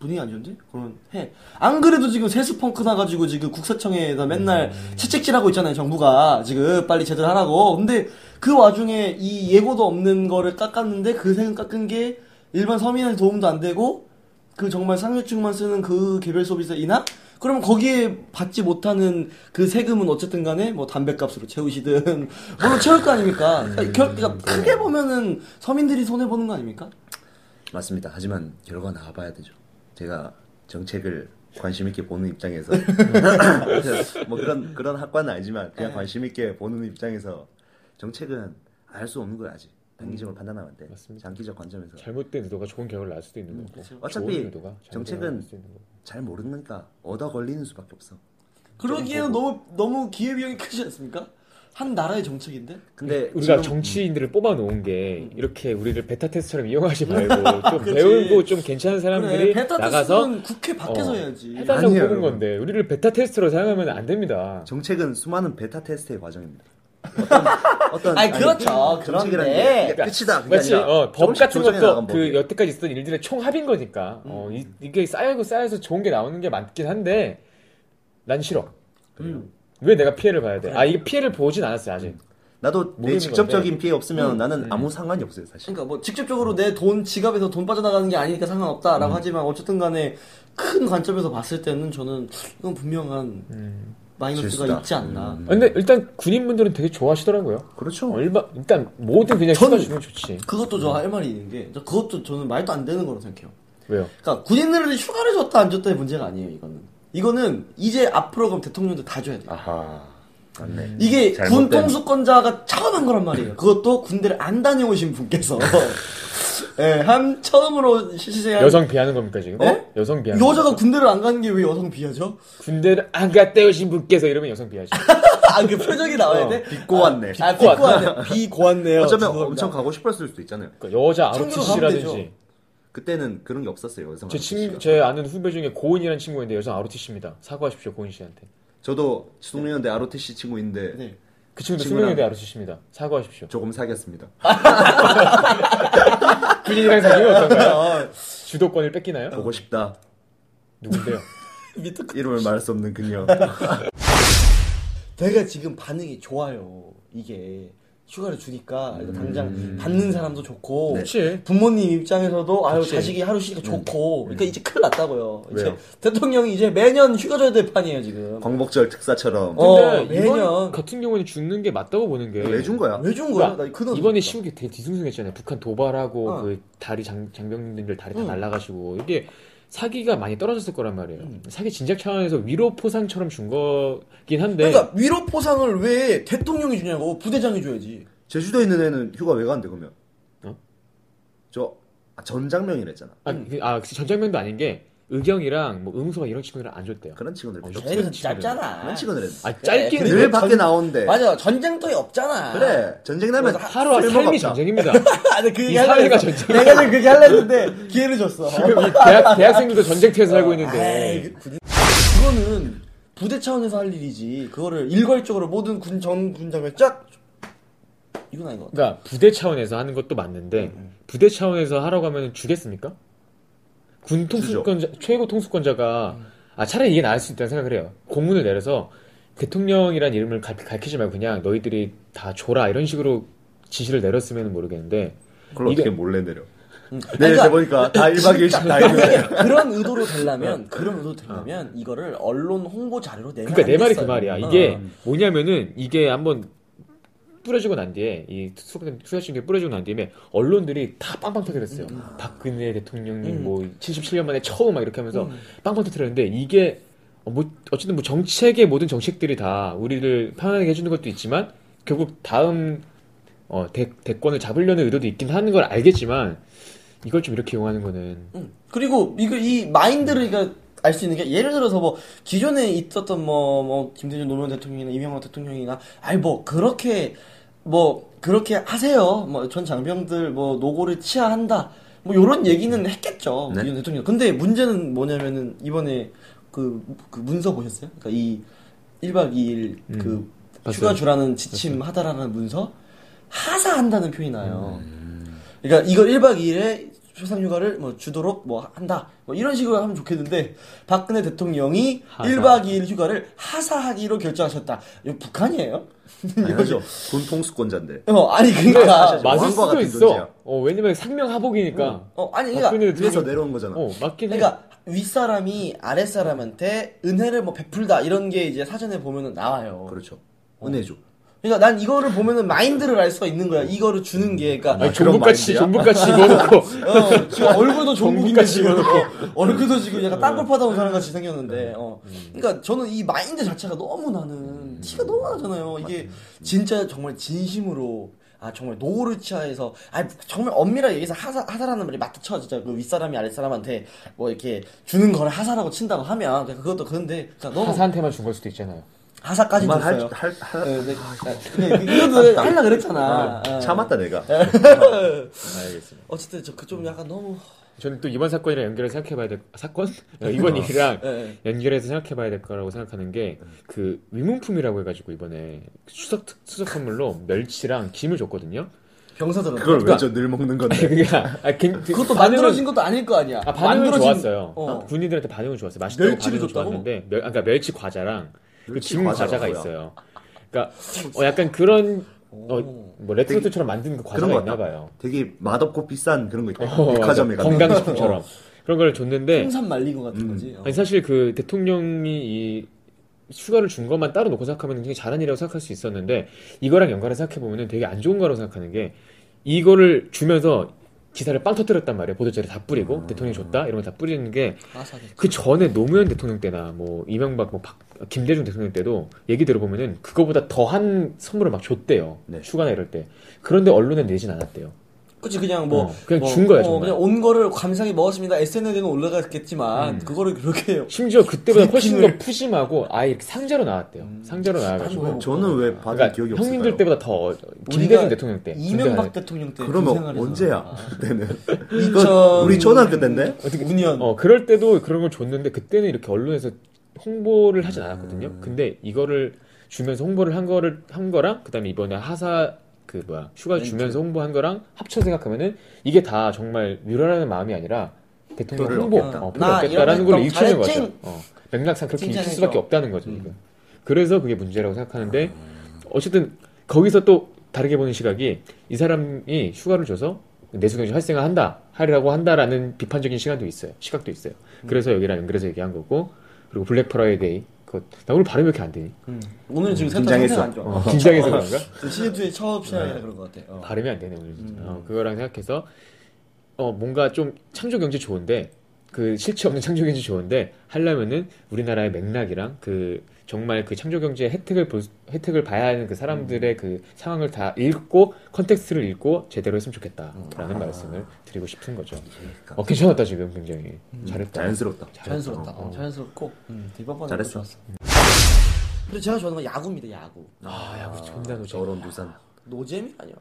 분위기 안 좋은데? 그런 해. 안 그래도 지금 세수펑크 나가지고 지금 국세청에다 맨날 채찍질하고 있잖아요. 정부가 지금 빨리 제대로 하라고. 근데 그 와중에 이 예고도 없는 거를 깎았는데 그 세금 깎은 게 일반 서민한테 도움도 안 되고 그 정말 상류층만 쓰는 그 개별 소비세이나 그러면 거기에 받지 못하는 그 세금은 어쨌든 간에 뭐 담배값으로 채우시든 뭘로 채울 거 아닙니까? 그러니까, 결- 그러니까 크게 보면은 서민들이 손해 보는 거 아닙니까? 맞습니다. 하지만 결과 나와봐야 되죠. 제가 정책을 관심 있게 보는 입장에서 음. (laughs) 뭐 그런 그런 학과는 아니지만 네. 그냥 관심 있게 보는 입장에서 정책은 알 수 없는 거야 아직 단기적으로 판단하면 안 돼. 음. 맞습니다. 장기적 관점에서 잘못된 의도가 좋은 결과를 낳을 수도 있는 거고. 음, 그렇죠. 어차피 좋은 의도가 잘못된 정책은- 결과를 낳을 수도 있는 거고. 잘 모르니까 얻어 걸리는 수밖에 없어. 그러기에는 너무 너무 기회 비용이 크지 않습니까? 한 나라의 정책인데 근데 네, 우리가 지금- 음. 정치인들을 뽑아놓은 게 이렇게 우리를 베타 테스트처럼 (laughs) 이용하지 말고 좀 배우고 좀 괜찮은 사람들이 베타 나가서 테스트는 국회 밖에서 어, 해야지. 해달라고 아니에요, 뽑은 여러분. 건데 우리를 베타 테스트로 사용하면 안 됩니다. 정책은 수많은 베타 테스트의 (laughs) 과정입니다. 어떤, 아니, 그렇죠. 정책이라는 그런데- 게 이게 끝이다. 그게 마치 아니라 그러니까 어, 법 조금씩 같은 조정해 것도 나간 그 법이에요. 음. 여태까지 있었던 일들의 총합인 거니까 어, 이, 이게 쌓여고 쌓여서 좋은 게 나오는 게 많긴 한데 난 싫어. 왜 내가 피해를 봐야 돼? 아 이게 피해를 보진 않았어요 아직. 음. 나도 내 모르는 직접적인 건데. 음, 네. 피해 없으면 나는 아무 상관이 없어요 사실. 그러니까 뭐 직접적으로 내 돈 지갑에서 돈 빠져나가는 게 아니니까 음. 상관없다라고 하지만 어쨌든 간에 큰 관점에서 봤을 때는 저는 이건 분명한 음. 마이너스가 실수다. 있지 않나. 음. 아, 근데 일단 군인분들은 되게 좋아하시더라고요. 그렇죠. 얼마 일단 뭐든 그냥 저는- 쏟아주면 좋지. 그것도 저 할 말이 있는 게 저- 그것도 저는 말도 안 되는 거라고 생각해요. 왜요? 그러니까 군인들이 휴가를 줬다 안 줬다의 문제가 아니에요. 이거는 이거는 이제 앞으로 그럼 대통령들 다 줘야 돼. 요 아하. 맞네. 이게 군 잘못된- 통수권자가 처음 한 거란 말이에요. 그것도 군대를 안 다녀오신 분께서 예, 한 처음으로 실시한 여성 비하는 겁니까 지금? 네? 여성 비하는. 여자가 겁니까? 군대를 안 가는 게 왜 여성 비하죠? (laughs) 군대를 안 갔다 오신 분께서 이러면 여성 비하지. 아 그 표정이 나와야 돼? 믿고 왔네. 아, 비고 왔네. 비고 왔네요. 어쩌면 죄송합니다. 엄청 가고 싶었을 수도 있잖아요. 그러니까 여자 청교도 가면 아로티시라든지. 되죠. 그때는 그런 게 없었어요. 여성 제 친, 아저씨가. 제 아는 후배 중에 고은이라는 친구가 있는데 여성 아로티시입니다. 사과하십시오 고은 씨한테. 저도 숙련연대 아로테시 친구 있는데 네. 그 친구도 친구랑- 수명에 대해 아로티시입니다. 사과하십시오. 조금 사귀었습니다. 아. 군인이랑 사귀면 어떤가요? (laughs) 주도권을 뺏기나요? 보고 싶다. (laughs) 누군데요? 이름을 말할 수 없는 (laughs) 그녀. 네. 내가 지금 반응이 좋아요. 이게 휴가를 주니까 이거 당장 받는 사람도 좋고 그렇지. 부모님 입장에서도 아유 네. 그치. 자식이 하루 쉬니까 좋고 그러니까 이제 큰일 났다고요. 이제 왜요? 대통령이 이제 매년 휴가 줘야 될 판이에요 지금. 광복절 특사처럼 어. 근데 매년. 이번 같은 경우는 죽는 게 맞다고 보는 게 왜 준 거야? 왜 준 거야? 그러니까 나 그건 이번에 없으니까. 시국이 되게 뒤숭숭했잖아요. 북한 도발하고 어. 그 다리 장, 장병님들 다리 다 날라가시고 이게 사기가 많이 떨어졌을 거란 말이에요. 사기 진작 차원에서 위로 포상처럼 준 거긴 한데 그러니까 위로 포상을 왜 대통령이 주냐고 부대장이 줘야지. 제주도에 있는 애는 휴가 왜 간대 그러면? 어? 저 아, 전장명이랬잖아. 아, 그- 아, 그 전장면도 아닌 게 의경이랑 뭐 응소가 이런 친구들은 안 줬대요. 그런 친구들 어, 별로 없어. 애는 짧잖아. 그런 친구들은 아 짧긴 그래, 늘 그리고 밖에 전- 나오는데. 맞아 전쟁터에 없잖아. 그래 전쟁 나면 하루와 술 삶이 먹었다. 전쟁입니다. (laughs) 아니 그 이 얘기 하려고 사회가 했어. 전쟁이야. 내가 지금 그렇게 하려 했는데 기회를 줬어. 대학, 대학생들도 전쟁터에서 살고 에이, 있는데 그 군인- 그거는 부대 차원에서 할 일이지. 그거를 일괄적으로 모든 군전 군장을 쫙 이건 아닌 것 같아. 그러니까 부대 차원에서 하는 것도 맞는데 부대 차원에서 하라고 하면 주겠습니까? 군 통수권자 최고 통수권자가 아 차라리 이게 나을 수 있다는 생각을 해요. 공문을 내려서 대통령이란 이름을 가, 가르치지 말고 그냥 너희들이 다 줘라 이런 식으로 지시를 내렸으면 모르겠는데 그걸 어떻게 이게- 몰래 내려? 네, 내일 그러니까- 네, 돼보니까 다 1박 2일씩 다 했는데 그런 의도로 되려면 그런 의도로 되려면 이거를 언론 홍보 자료로 내면 네. 어. 그러니까 안 내 말이 그 됐어요. 말이야. 어. 이게 뭐냐면은 이게 한번 뿌려지고 난 뒤에 이 수사신경 뿌려지고 난 뒤에 언론들이 다 빵빵 터뜨렸어요. 음. 박근혜 대통령님 뭐 77년 만에 처음 막 이렇게 하면서 빵빵 터뜨렸는데 이게 어, 뭐 어쨌든 뭐 정책의 모든 정책들이 다 우리를 편안하게 해주는 것도 있지만 결국 다음 어, 대, 대권을 잡으려는 의도도 있긴 하는 걸 알겠지만 이걸 좀 이렇게 이용하는 거는 음. 그리고 이거 이 마인드를 그러니까 알 수 있는 게 예를 들어서 뭐 기존에 있었던 뭐 뭐 김대중 노무현 대통령이나 이명박 대통령이나 아니 뭐 그렇게 뭐 그렇게 하세요. 뭐 전 장병들 뭐 노고를 치하한다. 뭐 요런 얘기는 했겠죠. 네. 이전 대통령. 근데 문제는 뭐냐면은 이번에 그, 그 문서 보셨어요? 그러니까 이 1박 2일 그 휴가 음. 봤어요. 주라는 지침 음. 하다라는 문서 하사한다는 표현이 나요. 그러니까 이걸 1박 2일에 출산 휴가를 뭐 주도록 뭐 한다. 뭐 이런 식으로 하면 좋겠는데 박근혜 대통령이 하사. 1박 2일 휴가를 하사하기로 결정하셨다. 이거 북한이에요? 이거죠. 군통수권자인데. 어, 아니 그러니까 맞을 왕과 수도 뭐 같은 있어. 존재야. 어, 왜냐면 상명 하복이니까. 어, 아니 그러니까 박근혜 위에서 대통령- 내려온 거잖아. 네, 어, 맞긴 해. 그러니까 윗사람이 아랫사람한테 은혜를 뭐 베풀다 이런 게 이제 사전에 보면은 나와요. 그렇죠. 은혜죠. 그러니까 난 이거를 보면은 마인드를 알 수가 있는 거야. 이거를 주는 게 그러니까 아니, 그런 종북같이, 마인드야? 종북같이 집어넣고. (laughs) 어, 지금 얼굴도 종국인데 종국같이 지금 어, 얼굴도 지금 약간 땅굴 파다 온 사람 같이 생겼는데 어. 그러니까 저는 이 마인드 자체가 너무 나는 티가 너무 나잖아요. 이게 진짜 정말 진심으로 아 정말 노후를 취하해서 아 정말 엄밀하게 얘기해서 하사 하사라는 말이 맞춰 진짜 그 윗사람이 아랫사람한테 뭐 이렇게 주는 걸 하사라고 친다고 하면 그러니까 그것도 그런데 그러니까 너무 하사한테만 준 걸 수도 있잖아요. 하사까지 정말 할, 줬어요. 할, 할, 네, 네. 네, 이것도 하려 그랬잖아. 어. 참았다 내가. 알겠습니다. 어쨌든 저 그 좀 약간 너무 저는 또 이번 사건이랑 연결해서 생각해봐야 될 아, 사건 네, (laughs) 이번 일이랑 예, 예. 연결해서 생각해봐야 될 거라고 생각하는 게 그 위문품이라고 해가지고 이번에 추석 특- 추석 선물로 멸치랑 김을 줬거든요. 병사들은 그걸 왜 저 늘 먹는 건데? 그러니까 아, 그, 그 그것도 반응은- 만들어진 것도 아닐 거 아니야. 아, 반응은 만들어진- 좋았어요. 아, 어. 군인들한테 반응은 좋았어요. 맛있다고 멸치를 반응은 줬다고? 좋았는데 멸, 아, 그러니까 멸치 과자랑 멸치 그김 과자가 과자가 뭐야? 있어요. 그러니까 어, 약간 그런 어, 뭐 레트로트처럼 만든 그 그런 과자가 거 있나 같다. 봐요. 되게 맛없고 비싼 그런 거 있다. 어, 백화점에 맞아. 가면. 건강식품처럼 그런 걸 줬는데 풍산 말리고 같은 거지. 어. 음. 아니 사실 그 대통령이 이 휴가를 준 것만 따로 놓고 생각하면 굉장히 잘한 일이라고 생각할 수 있었는데 이거랑 연관해 생각해 보면은 되게 안 좋은 거라고 생각하는 게 이거를 주면서 기사를 빵 터뜨렸단 말이에요 보도자료 다 뿌리고 대통령이 줬다 이런 거 다 뿌리는 게 그 아, 가사네. 전에 노무현 대통령 때나 뭐 이명박 뭐 박- 김대중 대통령 때도 얘기 들어보면은 그거보다 더한 선물을 막 줬대요 네. 휴가나 이럴 때 그런데 언론에 내진 않았대요 그치 그냥 뭐 어, 그냥 뭐, 준 거야, 어, 정말. 음. 그냥 온 거를 감상히 먹었습니다. SNS에는 올라갔겠지만 그거를 그렇게 심지어 그때보다 훨씬 더 그걸- 푸짐하고 아예 이렇게 상자로 나왔대요 상자로 나와가지고 어, 저는 왜 받은 그러니까 기억이 없을까요? 형님들 때보다 더 우리가 김대중 대통령 때 이명박 군대 대통령 때 네, 그러면 군생활에서. 언제야? 그때는. 이천- 이거 우리 초등학교 때인데? 어떻게 5년 다닐 때. 어 그럴 때도 그런 걸 줬는데 그때는 이렇게 언론에서 홍보를 하진 않았거든요. 음. 근데 이거를 주면서 홍보를 한 거를 한 거랑 그다음에 이번에 하사 그 뭐야 휴가 주면서 홍보한 거랑 합쳐 생각하면은 이게 다 정말 위로하는 마음이 아니라 대통령 표를 홍보 얻겠다. 어, 나 필요 없겠다라는 걸 이런 읽히는 활동 거죠. 잘했지? 어, 맥락상 그렇게 읽힐 칭찬해줘. 음. 수밖에 없다는 거죠. 지금. 그래서 그게 문제라고 생각하는데 아. 어쨌든 거기서 또 다르게 보는 시각이 이 사람이 휴가를 줘서 내수경제 활성화 한다 하려고 한다라는 비판적인 시간도 있어요 시각도 있어요 그래서 음. 여기랑 연결해서 얘기한 거고 그리고 블랙 프라이데이 그거 나 오늘 발음이 왜 이렇게 안 되니 오늘 지금 생각 긴장했어. 상태가 안 좋아. 어, 긴장해서 그런가 네. 지금 시즌 2의 처음 시작이라 그런 것 같아. 어. 발음이 안 되네 오늘 진짜 어, 그거랑 생각해서 어 뭔가 좀 창조 경제 좋은데 그 실체 없는 창조 경제 좋은데 하려면은 우리나라의 맥락이랑 그 정말 그 창조 경제의 혜택을 볼 수- 혜택을 봐야 하는 그 사람들의 그 상황을 다 읽고 컨텍스트를 읽고 제대로 했으면 좋겠다라는 말씀을 드리고 싶은 거죠. 어 괜찮았다 지금 굉장히 잘했다. 자연스럽다. 자연스럽다. 어. 어, 자연스럽고 음, 이번 번에 잘했어. 좋았어. 그리고 제가 좋아하는 건 야구입니다. 야구. 아 야구 존나 노 저런 부산. 노잼이 아니야.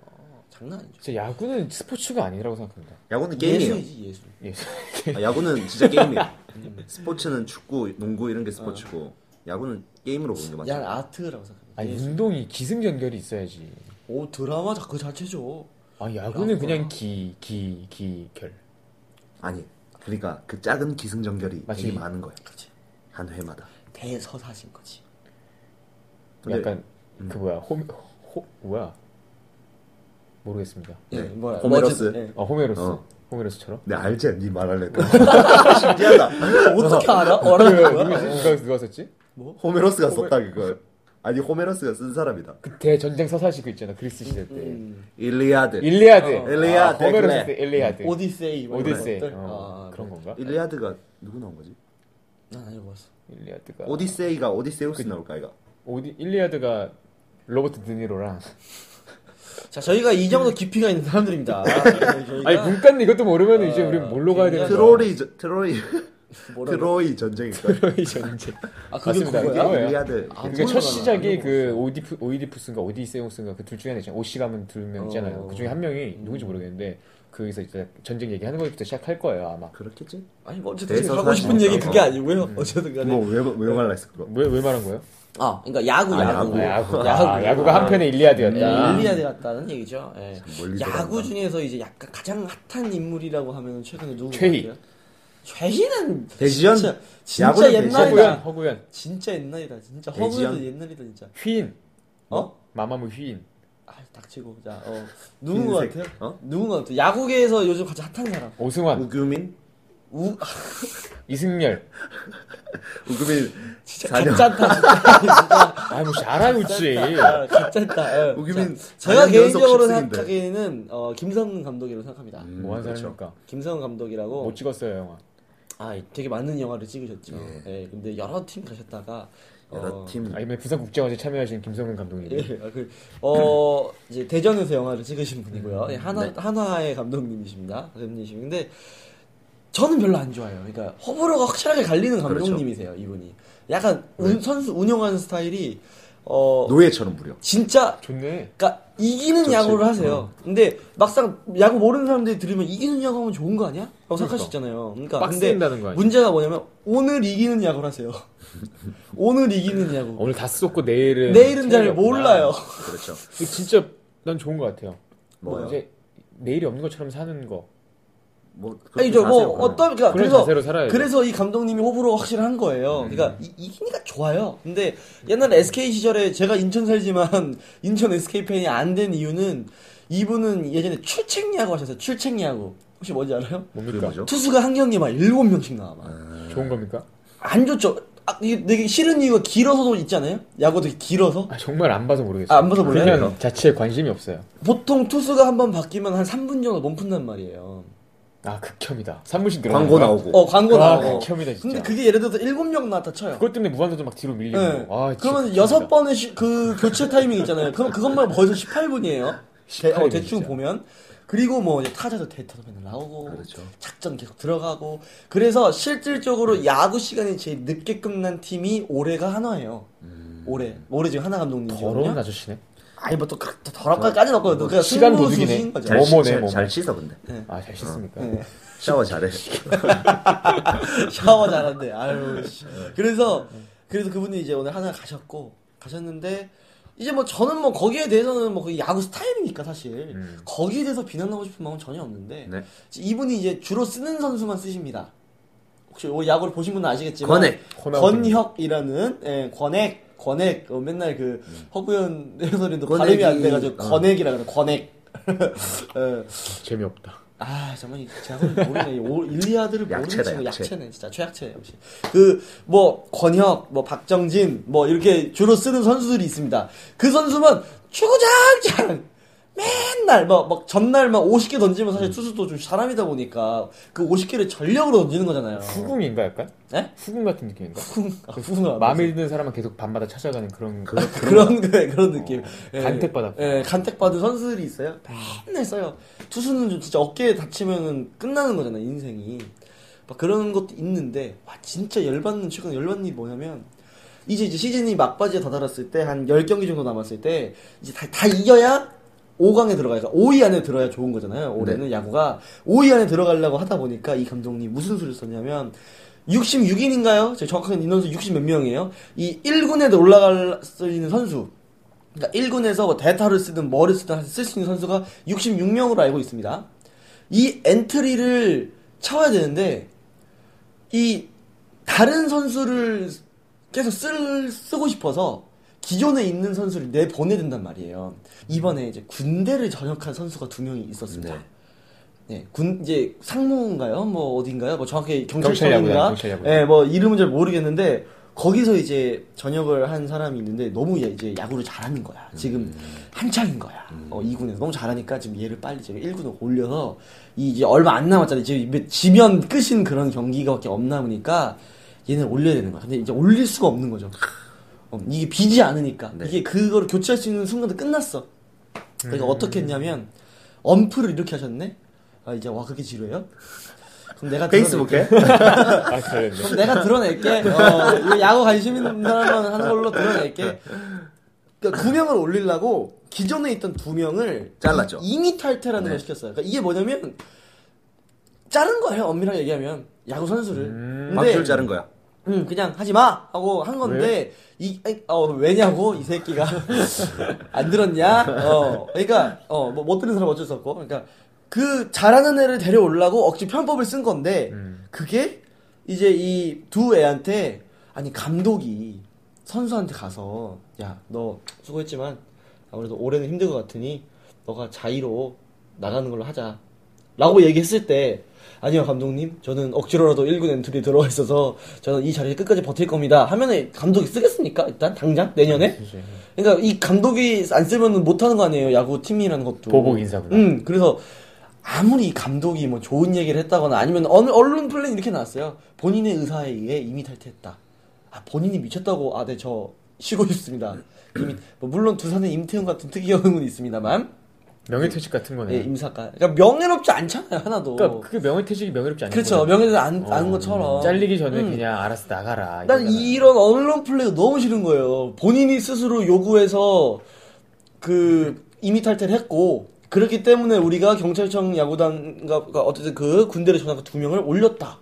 장난 아니죠. 진짜 야구는 스포츠가 아니라고 생각합니다. 야구는 게임이에요. 예술이지 예술. 예. 아, 야구는 진짜 게임이에요. 스포츠는 축구, 농구 이런 게 스포츠고 야구는 게임으로 보는 게 맞죠. 난 아트라고 생각합니다. 아니 예술. 운동이 기승전결이 있어야지. 오 드라마 자- 그 자체죠. 아 야구는 그냥 기 기, 기, 결. 아니, 그러니까 그 작은 기승전결이 맞지. 되게 많은 거예요. 그렇지. 한 회마다. 대서사신 거지. 근데- 약간 그 뭐야 홈, 호 뭐야 모르겠습니다. 예, 네. 뭐야. 호메로스. 뭐지? 예. 아 호메로스 어. 호메로스처럼 네 알지? 네 말할래. (laughs) 신기하다. (laughs) 어떻게 알아? 그, 어라? (laughs) 누가 누가 누가 썼지? 호메로스가 썼다 그걸. 아니 호메로스가 쓴 사람이다. 그 대전쟁 서사시 그 있잖아 그리스 시대 때 네. 일리아드. 음, 일리아드 어. 일리아드, 아, 그래. 호메로스 때 일리아드 오디세이 뭐 이런 오디세이 것들? 어, 아, 그런 건가? 일리아드가 누구 나온 거지? 난 읽어봤어 일리아드가 오디세이가 오디세우스 나올까 이거. 오디 일리아드가 로버트 드니로랑 자 저희가 이 정도 깊이가 있는 사람들입니다 뭐, 저희가 아니 문간 이것도 모르면 이제 우리 뭘로 가야 되는 트로이 저- (laughs) 트로이 뭐라고- 트로이 전쟁일까? 트로이 전쟁 아 그게 맞습니다 이게 그거야? 뭐야? 일리아드. 그러니까 첫 시작이 그 오디프, 오이디푸스인가 오디세우스인가 그 둘 중에 하나 있잖아요. 오씨가 하면 둘명 있잖아요. 그 중에 한 명이 누군지 모르겠는데 거기서 이제 전쟁 얘기하는 것부터 시작할 거예요 아마. 그렇겠지? 아니 뭐 어쨌든 지금 대해서 하고 싶은 사실 얘기 뭐- 그게 아니고요. 어쨌든 간에 뭐왜 말라 했어 그거? 왜 왜 말한 거예요? 아 그러니까 야구 아, 야구 야구. 야구. 야구. 아, 야구가 한편의 일리아드였다. 일리야 되었다는 얘기죠. 예. 멀리 야구 돌아간다. 중에서 이제 약간 가장 핫한 인물이라고 하면 최근에 누구? 최희. 최희는 대지연? 진짜, 진짜 야구는 옛날이다. 허구현, 허구현, 진짜 옛날이다. 진짜 대지연? 허브도 옛날이다 진짜. 휘인, 어? 마마무 휘인. 아 닥치고 자 어. 그 누군 것 같아요? 흰색. 어? 누군 것 같아요? 야구계에서 요즘 가장 핫한 사람. 오승환, 우금인? 우 아, 이승열. 우금인 진짜 4년 가짜다. (laughs) 진짜 아이 뭐 잘하고 있지. (laughs) 아, 가짜다. 우기민 제가 4년 연속 개인적으로 십승인데. 생각하기에는 어, 김성훈 감독이라고 생각합니다. 뭐한 그렇죠. 사람입니까? 김성훈 감독이라고 못 찍었어요 영화. 아 되게 많은 영화를 찍으셨죠. 예. 근데 여러 팀 가셨다가 여러 어, 팀 아 이번에 부산 국제영화제 참여하신 김성근 예, 감독님. 아, 그, 어, 이제 대전에서 영화를 찍으신 음, 분이고요. 예, 네. 한화, 한화의 감독님이십니다. 감독님이신데, 저는 별로 안 좋아요. 그러니까, 호불호가 확실하게 갈리는 그렇죠. 감독님이세요, 이분이. 약간, 네. 운- 선수 운영하는 스타일이, 어, 노예처럼 부려. 진짜, 좋네. 그러니까, 이기는 좋지. 야구를 어. 하세요. 근데, 막상 야구 모르는 사람들이 들으면, 이기는 야구 하면 좋은 거 아니야? 라고 생각할 수 있잖아요. 그러니까, 빡 근데, 쓰인다는 거 아니야? 문제가 뭐냐면, 오늘 이기는 야구를 (laughs) 하세요. 오늘 이기는 야구. 오늘 다 쏟고 내일은 아. 내일은 잘 틀렸구나. 몰라요. 그렇죠. 근데 진짜 난 좋은 것 같아요. 뭐요? 이제 내일이 없는 것처럼 사는 거. 뭐 아니 저 뭐 어떤 그러니까 그런 그래서 자세로 살아야죠. 음. 그래서 이 감독님이 호불호가 확실한 거예요. 그러니까 이- 이기니까 좋아요. 근데 옛날에 SK 시절에 제가 인천 살지만 (laughs) 인천 SK 팬이 안 된 이유는 이분은 예전에 출첵야구 하셨어요. 출첵야구 혹시 뭔지 알아요? 그 뭡니까? 뭐죠? 투수가 한 경기 막 일곱 명씩 나와 막. 좋은 겁니까? 안 좋죠. 아, 이게 되게 싫은 이유가 길어서도 있잖아요. 야구 되게 길어서. 아, 정말 안 봐서 모르겠어요. 아, 안 봐서 몰라요? 그냥 자체에 관심이 없어요. 보통 투수가 한 번 바뀌면 한 3분 정도 못 푼단 말이에요. 아 극혐이다. 3분씩 늘어. 광고 나오고 어, 광고 아, 나오고. 극혐이다, 진짜. 근데 그게 예를 들어서 일곱 명 나왔다 쳐요. 그것 때문에 무한도전 막 뒤로 밀리고. 네. 아, 그러면 진짜 극혐이다. 여섯 번의 시- 그 교체 타이밍 있잖아요. 그럼 그것만 벌써 18분이에요. 어, 18분 이죠. 대충 보면. 그리고 뭐 이제 타자도 데이터도 맨날 나오고 그렇죠. 작전 계속 들어가고 그래서 실질적으로 야구 시간이 제일 늦게 끝난 팀이 올해가 하나예요. 올해 올해 지금 하나 음. 더러운 감독님이거든요. 아니 아저씨네. 뭐또 더럽까지 없거든요. 그러니까 시간 승부 도둑이네. 수신 거죠. 잘, 뭐뭐네, 씻- 뭐뭐. 잘 씻어 근데 아 잘 씻습니까? 네. 샤워 (laughs) 잘해. (laughs) 샤워 잘한대. 아유. 네. 씨. 그래서 그래서 그분이 이제 오늘 하나 가셨고 가셨는데 이제 뭐 저는 뭐 거기에 대해서는 뭐 그게 야구 스타일이니까 사실 거기에 대해서 비난하고 싶은 마음은 전혀 없는데 음. 네. 이분이 이제 주로 쓰는 선수만 쓰십니다. 혹시 이 야구를 보신 분은 아시겠지만 권액. 권혁이라는 예, 권액 권액 어, 맨날 그 허구현 (laughs) 해설인도 발음이 음. 권액이- 안 돼가지고 어. 권액이라 그래 권액. (laughs) 예. 재미없다. 아 정말 이 제가 모르네 이 올- 일리아드를 모르는 약체다, 친구 약체. 약체네 진짜 최약체 역시 그 뭐 권혁 뭐 박정진 뭐 이렇게 주로 쓰는 선수들이 있습니다 그 선수만 추구장장 맨날 막, 막 전날 막 50개 던지면 음. 사실 투수도 좀 사람이다 보니까 그 50개를 전력으로 던지는 거잖아요 후궁인가 약간? 네? 후궁 같은 느낌인가? 후궁 아, 후궁 마음에 드는 사람은 계속 밤마다 찾아가는 그런 그런 거 그런 느낌 어. 예. 간택받았구나. 예, 간택받은 선수들이 있어요 맨날 써요 투수는 좀 진짜 어깨에 다치면 끝나는 거잖아 인생이 막 그런 것도 있는데 와 진짜 열받는 최근 열받는 게 뭐냐면 이제 이제 시즌이 막바지에 다다랐을 때 한 10경기 정도 남았을 때 이제 다, 다 이겨야 5강에 들어가야 5위 안에 들어야 좋은 거잖아요. 네. 올해는 야구가 5위 안에 들어가려고 하다 보니까 이 감독님 무슨 수를 썼냐면 66인인가요? 제가 정확한 인원수 60 몇 명이에요. 이 1군에 올라갈 수 있는 선수 그러니까 1군에서 대타를 쓰든 머를 쓰든 쓸 수 있는 선수가 66명으로 알고 있습니다. 이 엔트리를 채워야 되는데 이 다른 선수를 계속 쓸, 쓰고 싶어서 기존에 있는 선수를 내 보내야 된단 말이에요. 이번에 이제 군대를 전역한 선수가 두 명이 있었습니다. 네. 네, 군 이제 상무인가요? 뭐 어딘가요? 뭐 정확히 경찰 야구단, 경찰청인가? 경찰 야구단. 예, 뭐 이름은 잘 모르겠는데 거기서 이제 전역을 한 사람이 있는데 너무 얘 이제 야구를 잘하는 거야. 지금 음. 한창인 거야. 어, 2군에서 너무 잘하니까 지금 얘를 빨리 지금 1군으로 올려서 이 이제 얼마 안 남았잖아. 지금 이제 지면 끝인 그런 경기가밖에 없 남으니까 얘는 올려야 되는 거야. 근데 이제 올릴 수가 없는 거죠. 어, 이게 비지 않으니까 네. 이게 그거를 교체할 수 있는 순간도 끝났어. 그러니까 음. 어떻게 했냐면 엄프를 이렇게 하셨네. 아 이제 와 그게 지루해요? 그럼 내가 들어낼게. 페이스북에 아 잘했네. 그럼 내가 드러낼게. 어, 이거 야구 관심 있는 사람만 하는 걸로 드러낼게. 그 그러니까 두 명을 올리려고 기존에 있던 두 명을 잘랐죠. 임의 탈퇴라는 네. 걸 시켰어요. 그러니까 이게 뭐냐면 자른 거예요. 엄밀하게 얘기하면 야구 선수를. 박수를 음. 아, 자른 거야. 음, 그냥 하지 마 하고 한 건데 이 아이, 어, 왜냐고 이 새끼가 (laughs) 안 들었냐? 어, 그러니까 어, 뭐 못 들은 사람 어쩔 수 없고, 그러니까 그 잘하는 애를 데려오려고 억지 편법을 쓴 건데 그게 이제 이 두 애한테 아니 감독이 선수한테 가서 야 너 수고했지만 아무래도 올해는 힘들 것 같으니 너가 자의로 나가는 걸로 하자. 라고 얘기했을 때 아니요 감독님 저는 억지로라도 1군 엔트리 들어와 있어서 저는 이 자리에 끝까지 버틸 겁니다 하면은 감독이 쓰겠습니까 일단 당장 음, 내년에 그러니까 이 감독이 안 쓰면은 못하는 거 아니에요 야구 팀이라는 것도 보복 인사구나. 음 그래서 아무리 감독이 뭐 좋은 얘기를 했다거나 아니면 어느 언론 플랜 이렇게 나왔어요 본인의 의사에 의해 이미 탈퇴했다 아 본인이 미쳤다고 아 네 저 쉬고 싶습니다 이미 뭐 물론 두산의 임태훈 같은 특이한 경우는 있습니다만 명예퇴직 같은 거네. 예, 임사가 그러니까 명예롭지 않잖아요 하나도 그러니까 그게 명예퇴직이 명예롭지 않은 그렇죠. 거잖아. 명예를 안, 아는 어, 것처럼. 잘리기 전에 음. 그냥 알아서 나가라. 난 이거잖아. 이런 언론 플레이가 너무 싫은 거예요. 본인이 스스로 요구해서 그 이미 탈퇴를 했고 그렇기 때문에 우리가 경찰청 야구단과 그러니까 어쨌든 그 군대를 전학한 두 명을 올렸다.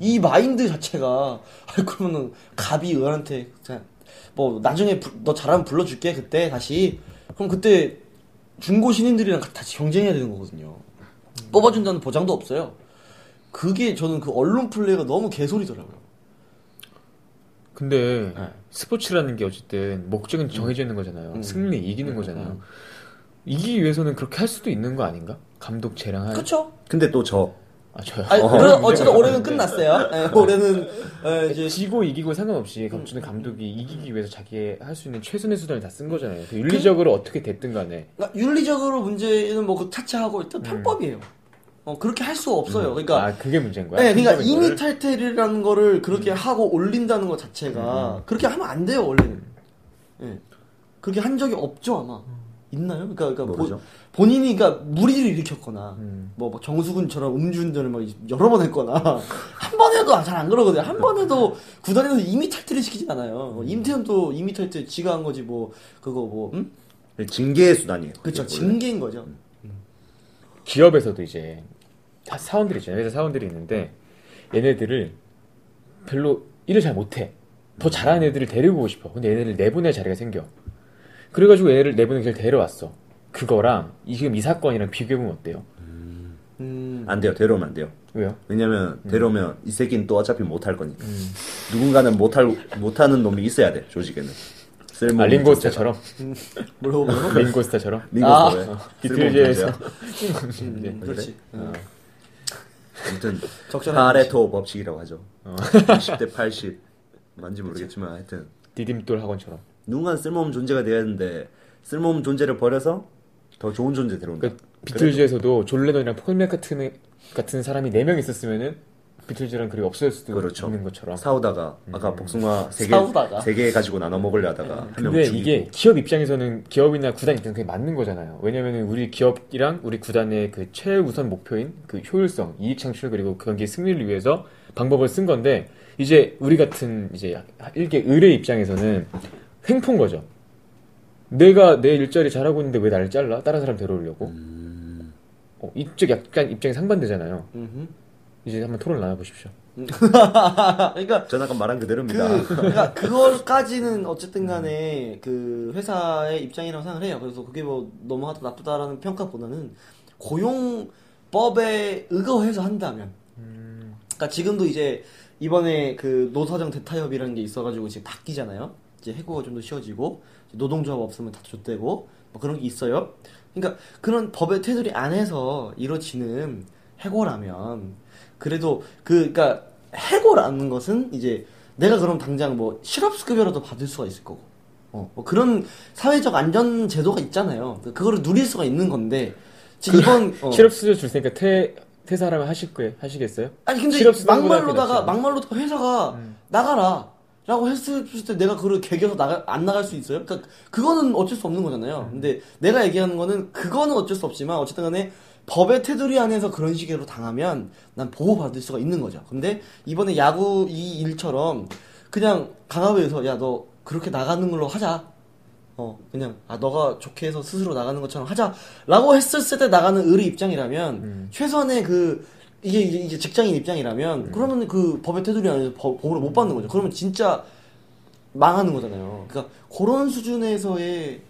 이 마인드 자체가 (laughs) 아 그러면은 갑이 의원한테 그냥 뭐 나중에 부- 너 잘하면 불러줄게 그때 다시 그럼 그때 중고 신인들이랑 같이 경쟁해야 되는 거거든요. 뽑아준다는 보장도 없어요. 그게 저는 그 언론 플레이가 너무 개소리더라고요. 근데 네. 스포츠라는 게 어쨌든 음. 목적은 정해져 있는 거잖아요. 승리, 이기는 거잖아요. 이기기 위해서는 그렇게 할 수도 있는 거 아닌가? 감독 재량할. 그쵸? 근데 또 저. 아 저요. 그러니까 아니, 어. 그래, 어쨌든 올해는 끝났어요. 예, 올해는, 예, 이제, 음. 지고 이기고 상관없이 감독은 감독이 이기기 위해서 자기 할 수 있는 최선의 수단을 다 쓴 거잖아요. 그 윤리적으로 어떻게 됐든 간에. 그러니까 윤리적으로 문제는 뭐그 차치하고 일단 편법이에요. 어, 그렇게 할 수가 없어요. 그러니까, 아 그게 문제인 거야. 예, 그러니까 생각인 이미 거를? 탈퇴라는 거를 그렇게 하고 올린다는 것 자체가 그렇게 하면 안 돼요, 원래는. 예. 그렇게 한 적이 없죠, 아마. 있나요? 그러니까, 그러니까 모르죠. 본인이 그러니까 무리를 일으켰거나 음. 뭐, 뭐 정수근처럼 음주운전을 막 여러 번 했거나 (laughs) 한 번 해도 잘 안 그러거든요. 한 번 해도 구단에서 이미 탈퇴를 시키진 않아요. 뭐 임태현도 이미 탈퇴 지가 한 거지 뭐 그거 뭐 음? 징계의 수단이에요. 그렇죠. 그게 원래. 징계인 거죠. 기업에서도 이제 다 사원들이 있잖아요. 회사 사원들이 있는데 얘네들을 별로 일을 잘 못해. 더 잘하는 애들을 데리고 오고 싶어. 근데 얘네를 내보낼 자리가 생겨. 그래가지고 얘네를 내보낸 길을 데려왔어. 그거랑 이- 지금 이 사건이랑 비교해보면 어때요? 음. 안 돼요. 데려오면 안 돼요. 왜요? 왜냐면 데려오면 이 새끼는 또 어차피 못할 거니까. 누군가는 못할 못하는 놈이 있어야 돼 조직에는. 쓸모 (laughs) 아, 링고스타처럼? 뭐라고 뭐라고? 링고스타처럼? 아. 링고스 왜? (laughs) 비틀즈에서. 음, 그렇지. 어. 아무튼 적절한 파레토 법칙이라고 하죠. 20대 80 (laughs) 맞는지 모르겠지만 하여튼 (laughs) 디딤돌 학원처럼. 그 누군가는 쓸모없는 존재가 돼야 되는데 쓸모없는 존재를 버려서 더 좋은 존재 데려온다. 그러니까 비틀즈에서도 존 레논이랑 폴 맥카트니 같은 사람이 4명 있었으면은 비틀즈랑 그리 없어질 수도 그렇죠. 있는 것처럼. 음. 사오다가 아까 복숭아 사오다가. 3개 가지고 나눠 먹으려다가 한 명 근데 죽이고 이게 기업 입장에서는 기업이나 구단 입장에서는 그게 맞는 거잖아요. 왜냐면은 우리 기업이랑 우리 구단의 그 최우선 목표인 그 효율성, 이익 창출 그리고 그 경기 승리를 위해서 방법을 쓴 건데 이제 우리 같은 이제 일개 의뢰 입장에서는 횡포인 거죠. 내가 내 일자리 잘하고 있는데 왜 나를 잘라? 다른 사람 데려오려고. 음. 어, 이쪽 약간 입장이 상반되잖아요. 음흠. 이제 한번 토론 나눠보십시오. 아, (laughs) 그러니까 전 아까 말한 그대로입니다. 그, 그러니까 그걸까지는 어쨌든 간에 그 회사의 입장이라고 생각을 해요. 그래서 그게 뭐 너무하다 나쁘다라는 평가보다는 고용법에 의거해서 한다면. 그러니까 지금도 이제 이번에 그 노사정 대타협이라는 게 있어가지고 지금 바뀌잖아요. 이제 해고가 좀 더 쉬워지고 이제 노동조합 없으면 다 줬대고 뭐 그런 게 있어요. 그러니까 그런 법의 테두리 안에서 이루어지는 해고라면 그래도 그 그러니까 해고라는 것은 이제 내가 그럼 당장 뭐 실업급여라도 받을 수가 있을 거고 어, 뭐 그런 사회적 안전 제도가 있잖아요. 그거를 누릴 수가 있는 건데 지금 이번 어. 그 실업 수저 줄 테니까 퇴 퇴사하면 하실 거예요? 하시겠어요? 아니 근데 실업수당보다 막말로다가 그게 낫지. 음. 막말로다가 회사가 나가라 라고 했을 때 내가 그걸 개겨서 나가, 안 나갈 수 있어요? 그러니까 그거는 어쩔 수 없는 음. 거잖아요. 근데 내가 얘기하는 거는 그거는 어쩔 수 없지만 어쨌든 간에 법의 테두리 안에서 그런 식으로 당하면 난 보호받을 수가 있는 거죠. 근데 이번에 야구 이 일처럼 그냥 강압에서 야 너 그렇게 나가는 걸로 하자 어 그냥 아 너가 좋게 해서 스스로 나가는 것처럼 하자라고 했을 때 나가는 을의 입장이라면 음. 최소한의 그 이게 이제, 이제 직장인 음. 입장이라면 그러면 그 법의 테두리 안에서 법, 법으로 못 받는 거죠. 그러면 진짜 망하는 거잖아요. 그러니까 그런 수준에서의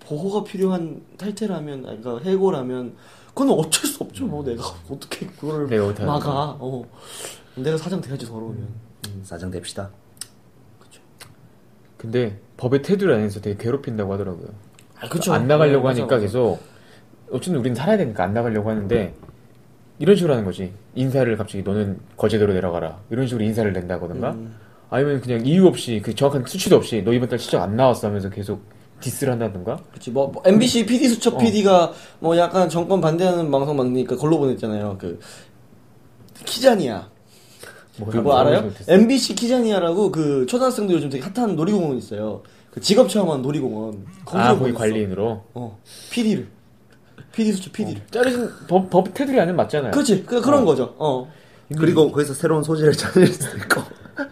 보호가 필요한 탈퇴라면 아, 그러니까 해고라면 그건 어쩔 수 없죠. 음. 뭐 내가 (laughs) 어떻게 그걸 내가 어떻게 하는 막아? 어 내가 사장 돼야지 서러우면. 음. 음, 사장 됩시다. 근데 법의 테두리 안에서 되게 괴롭힌다고 하더라고요. 아, 그쵸. 안 나가려고 네, 맞아, 하니까 맞아. 계속 어쨌든 우린 살아야 되니까 안 나가려고 하는데 이런 식으로 하는 거지. 인사를 갑자기 너는 거제도로 내려가라. 이런 식으로 인사를 낸다거든가. 음. 아니면 그냥 이유 없이 그 정확한 수치도 없이 너 이번 달 진짜 안 나왔어 하면서 계속 디스를 한다든가. 그치 뭐, 뭐 어. MBC PD 수첩 PD가 뭐 약간 정권 반대하는 방송 만드니까 걸로 보냈잖아요. 그 키자니아. 뭐 그거 알아요? MBC 키자니아라고 그 초등학생들 요즘 되게 핫한 놀이공원 있어요. 그 직업 체험한 놀이공원. 아, 거기 보냈어. 관리인으로. 어. PD를. PD 수첩 PD를. 자르신 법, 법 테두리 안에 맞잖아요. 그렇지. 그, 그런 거죠. 어. 그리고 거기서 새로운 소재를 (laughs) 찾을 수도 있고.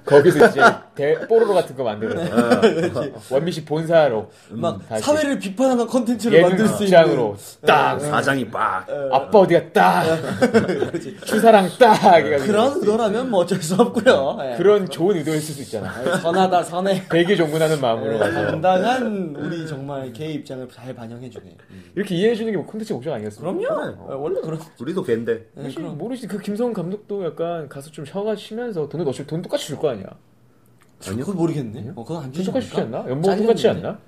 거기서 이제 대, 뽀로로 같은 거 (laughs) 만들어서 원미씨 본사로 막 다시 사회를 비판하는 컨텐츠를 예능 만들 수 극장으로 있는 음. 딱 사장이 빡. 아빠 어디가 딱 (laughs) 추사랑 딱 해가지고 그런 의도라면 뭐 어쩔 수 없고요. 예. 그런 좋은 의도였을 수 있잖아. 선하다 선해. 되게 종군하는 네. 마음으로 가서 당당한 우리 정말 개 입장을 잘 반영해주네. 이렇게 이해해주는 게뭐 콘텐츠 목적 아니었어? 어, 원래 그런. 우리도 걘데. 네, 사실 그럼. 모르지 그 김성훈 감독도 약간 가서 좀 쉬어가 쉬면서 돈을 어차피 돈 똑같이 줄 거 아니야. 아니요? 그건 모르겠네. 어, 그건 안 돈 주지. 똑같이 주지 않을까? 않나? 연봉 똑같이 잘리는데. 않나?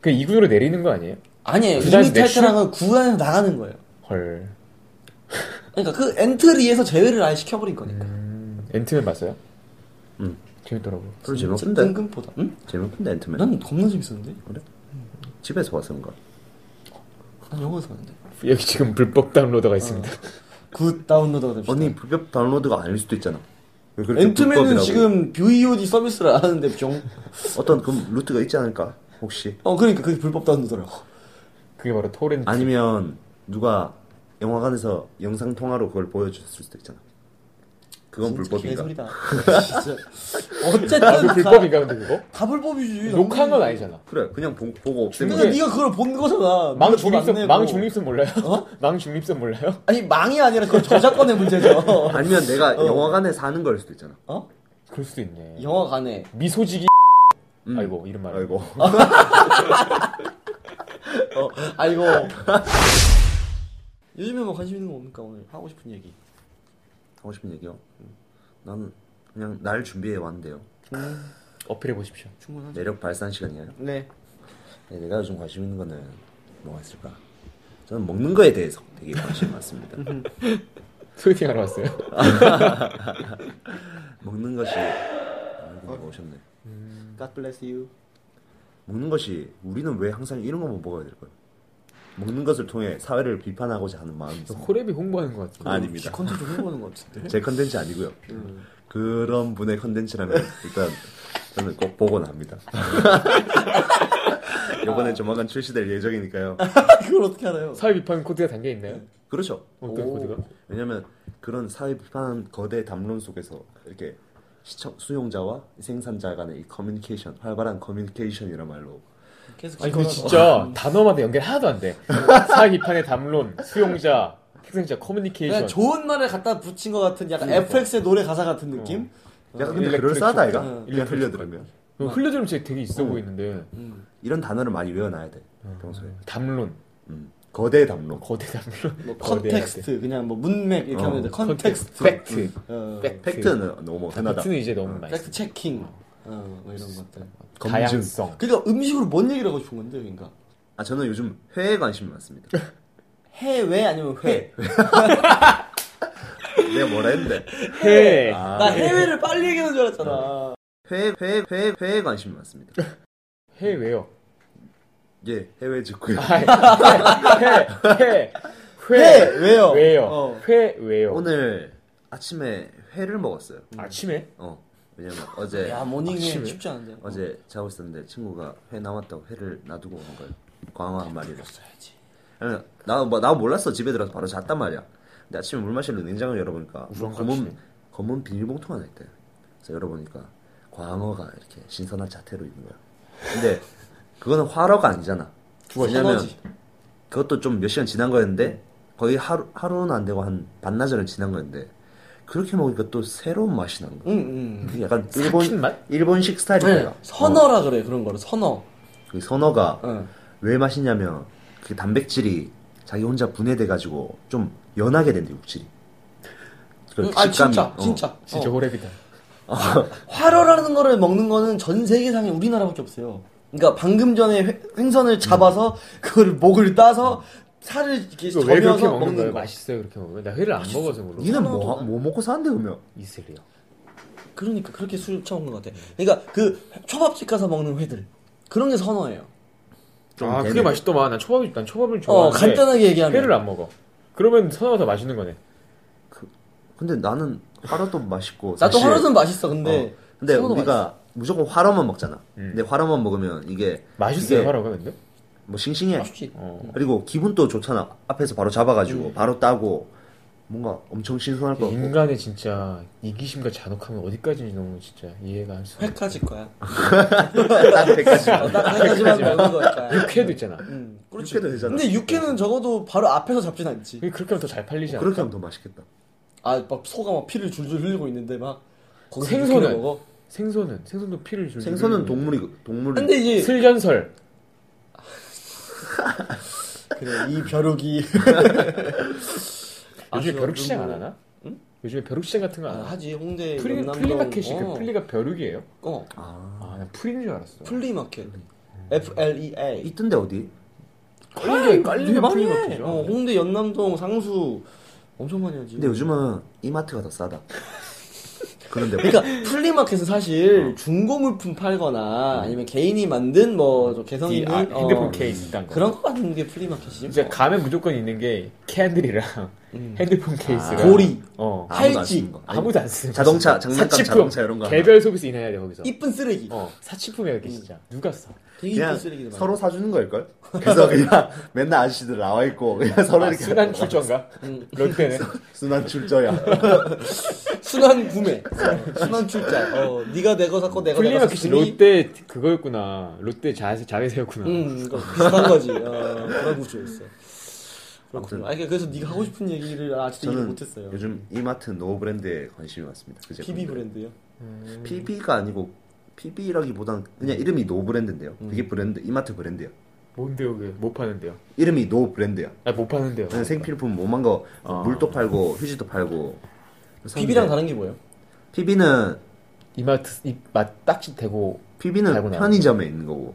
그 2군으로 내리는 거 아니에요? 아니에요. 그 자리 이미 몇 시? 탈퇴랑은 구간에서 나가는 거예요. 헐. 그러니까 그 엔트리에서 제외를 아예 시켜버린 거니까. 음, 앤트맨 봤어요? 응. 재밌더라고. 그래 뜬 음, 재밌던데. 금보다 음? 응? 재밌던데 앤트맨. 난 겁나 재밌었는데. 집에서 봤었는가? 난 영어에서 봤는데. 여기 지금 불법 다운로더가 있습니다. 어. 굿 다운로드가 됩시다. 언니 불법 다운로드가 아닐 수도 있잖아. 왜 그렇게 엔트맨은 불법이라고. 지금 VOD 서비스를 안 하는데 병. 어떤 그 루트가 있지 않을까? 혹시 어 그러니까 그게 불법 다운로드라고. 그게 바로 토렌트. 아니면 누가 영화관에서 영상 통화로 그걸 보여줬을 수도 있잖아. 그건 불법인가? 개소리다. 진짜. 아, 그 어쨌든 불법인가 근데 (laughs) 그거? 다, 다 불법이지. 욕한 건 아니잖아. 그래 그냥 보, 보고 없애면 근데 네가 그걸 본 거잖아. 망 네가 돈안 중립선 내고. 망 중립선 몰라요? (laughs) 망 중립선 몰라요? 아니 망이 아니라 그건 저작권의 문제죠. (laughs) 어? 아니면 내가 영화관에 사는 걸 수도 있잖아. 그럴 수도 있네. 영화관에 예. 미소지기. 음. 아이고 이런 말. 아이고 어, 아이고. (laughs) 요즘에 뭐 관심 있는 거 뭡니까 오늘 하고 싶은 얘기. 하고 싶은 얘기요. 난 그냥 날 준비해 왔는데요. 어필해 보십시오. 매력 발산 시간이에요. 네. 네, 내가 요즘 관심 있는 거는 뭐가 있을까? 저는 먹는 거에 대해서 되게 관심이 많습니다. 소개팅 하러 왔어요. 먹는 것이 아, 이거 누가 오셨네. God bless you. 먹는 것이 우리는 왜 항상 이런 것만 먹어야 될까요? 먹는 것을 통해 사회를 비판하고자 하는 마음이 저 있습니다. 호랩이 홍보하는 것 같은데. 아닙니다. 컨트 좀 해보는 것 같은데. 제 컨텐츠 아니고요. 그런 분의 컨텐츠라면 일단 저는 꼭 보곤 합니다. (laughs) 이번에 조만간 출시될 예정이니까요. 그걸 어떻게 (laughs) 알아요? 사회 비판 코드가 담겨 있나요? 그렇죠. 어떤 코드가? 왜냐면 그런 사회 비판 거대 담론 속에서 이렇게 시청 수용자와 생산자 간의 이 커뮤니케이션 활발한 커뮤니케이션이란 말로 계속 아니 근데 진짜 (laughs) 단어마다 연결 하나도 안 돼. 사회 비판의 담론, 수용자, 희생자, 그냥 커뮤니케이션. 좋은 말을 갖다 붙인 것 같은 약간 그러니까. FX의 노래 가사 같은 어. 느낌? 약간 근데 아, 일렉트릭 네. 그럴싸하다 쇼크. 이가 그냥 흘려들으면 그거 흘려들으면 진짜 되게 있어 보이는데 이런 단어를 많이 외워놔야 돼 음. 평소에 담론, 음. 거대 담론 거대 담론, 뭐 거대한데. 컨텍스트 그냥 뭐 문맥 이렇게 하면 돼. 컨텍스트. 어, 팩트, 어, 팩트는 너무 흔하다 팩트는 이제 너무 많이. 팩트 체킹. 어, 뭐 이런 것들. 검증. 다양성. 그러니까 음식으로 뭔 얘기를 하고 싶은 건데 그러니까 아 저는 요즘 회에 관심이 많습니다 해외 아니면 회. 내가 뭐라 (laughs) 했는데 회. 나 아, 해외를 빨리 얘기하는 줄 알았잖아. 회에 회에 회에 회에 관심이 많습니다 해 왜요? 예 해외 직구요 아, 회, 회, 회, 회, 왜요? 왜요? 어. 회, 왜요? 오늘 아침에 회를 먹었어요 아침에? 어 왜냐면 어제 야 모닝이 아침에? 쉽지 않은데. 어제 자고 있었는데 친구가 회 남았다고 회를 놔두고 온 거예요. 광어 한 마리를. 그래서 나, 뭐, 나 몰랐어. 집에 들어서 바로 잤단 말이야. 근데 아침에 물 마시러 냉장을 열어보니까 검은, 우렁각시네. 검은 비닐봉투가 하나 있대. 그래서 열어보니까 광어가 이렇게 신선한 자태로 있는 거야. 근데 그거는 화로가 아니잖아. 왜냐면 선호지. 그것도 좀 몇 시간 지난 거였는데 거의 하루 하루는 안 되고 한 반나절은 지난 거였는데 그렇게 먹으니까 또 새로운 맛이 나는 거야. 그게 약간 삭힌 일본 맛? 일본식 스타일이야. 음, 네, 선어라 그래 그런 거를 선어. 그 선어가 응. 왜 맛있냐면 그 단백질이 자기 혼자 분해돼 가지고 좀 연하게 된대 육질이. 그 응, 아 진짜 어. 진짜. 진짜 어. 호랩이다. 화로라는 거를 먹는 거는 전 세계상에 우리나라밖에 없어요. 그러니까 방금 전에 횡- 횡선을 잡아서 그거를 목을 따서 살을 이렇게 이거 왜 그렇게 점여서 먹는 거야? 먹는 거. 맛있어요 그렇게 먹으면? 나 회를 안 먹어서 모르. 니는 뭐 뭐 먹고 사는데 그러면? 이슬이요. 그러니까 그렇게 술 처먹는 것 같아. 그러니까 그 초밥집 가서 먹는 회들 그런 게 선어예요. 좀 아 그게 되네. 맛있더만. 난 초밥이 난 초밥을 어 좋아하는데 간단하게 얘기하면 회를 안 먹어. 그러면 선호가 더 맛있는 거네. 근데 나는 화로도 맛있고 나도 사실- 화로는 맛있어 근데 어. 근데 선어도 우리가 맛있어. 무조건 화로만 먹잖아. 근데 화로만 먹으면 이게 음. 맛있어요 이게 화로가 근데. 뭐 싱싱해. 맛있지. 어. 그리고 기분도 좋잖아. 앞에서 바로 잡아가지고 음. 바로 따고 뭔가 엄청 신선할 것 같고. 인간의 진짜 이기심과 잔혹함은 어디까지인지 너무 진짜 이해가 안 수. 회까지 거야. 딱 때까지. 어, 딱 회까지만 먹는 거니까. (laughs) 육회도 있잖아. 음, 그렇지. 육회도 되잖아. 근데 육회는 적어도 바로 앞에서 잡진 않지. 그게 그렇게 하면 더 잘 팔리지 않아? 그렇게 하면 더 맛있겠다. 아 막 소가 막 피를 줄줄 흘리고 있는데 막 거기서 생선은? 음. 육회를 먹어. 생선은 생선도 피를 줄줄. 생선은 흘리고. 동물이 동물. 근데 이제 슬전설. 그래 이 벼룩이 아, 요즘에 저 벼룩 시장 안 눈물. 하나? 그 요즘에 벼룩 시장 같은 아, 거 안 (laughs) 하나? 하지 홍대 프리 남동 프리마켓이 어, 그 플리가 벼룩이에요? 어 아 아, 난 풀인 줄 알았어. 플리마켓 음. F L E A 예, 있던데 어디? 깔리게 되게 깔리게 많이 해. 풀리마켓이죠. 어, 홍대 연남동 상수 엄청 많이 하지 근데 요즘은 이마트가 더 싸다. 그런데 뭐. 그러니까 플리마켓은 어. 사실 중고 물품 팔거나 아니면 개인이 만든 뭐좀 개성 음. 이 있는 아, 핸드폰 어, 케이스 딴 거. 그런 거 같은 게 플리마켓이지 이제 뭐. 가면 무조건 있는 게 캔들이랑 핸드폰 케이스랑 고리. 어뭐 아무도 안 팔찌. 쓰는 거. 아니, 아무도 안 쓰는 자동차, 장난감 사치품 자동차 이런 거 하나. 개별 소비스 인해야 돼 거기서. 이쁜 쓰레기 어 사치품이야 이게 진짜 누가 써? 되게 이쁜 그냥 쓰레기들 많이 서로 사주는 걸걸? 그래서 그냥 (laughs) 맨날 아저씨들 나와 있고 그냥 서로 아, 이렇게 순환 하는 거야. 출전가? 롯데네. 순환 출저야. 순환 구매 어, 순환 출자 어 네가 내거 샀고 내가 내가 플리마켓이 샀으니 롯데 그거였구나. 롯데 자세 자회사였구나. 음, 그거 비슷한 거지. 어, 그런 구조였어. 아무튼 그렇구나. 아, 그러니까 그래서 네가 하고 싶은 얘기를 아직 얘기 저는 못했어요. 요즘 이마트 노 브랜드에 관심이 많습니다. 그 PB 제품들. 브랜드요. PB가 아니고 PB라기보단 그냥 이름이 노 브랜드인데요. 그게 브랜드 이마트 브랜드예요. 뭔데요 그게? 못 파는데요? 이름이 노 브랜드야. 아 못 파는데요. 그냥 네, 생필품 몸한 거 아. 물도 팔고 휴지도 팔고. PB랑 다른 게 뭐예요? PB는 이마트 이맛 딱지 대고 PB는 달고 나오는 편의점에 있는 거고.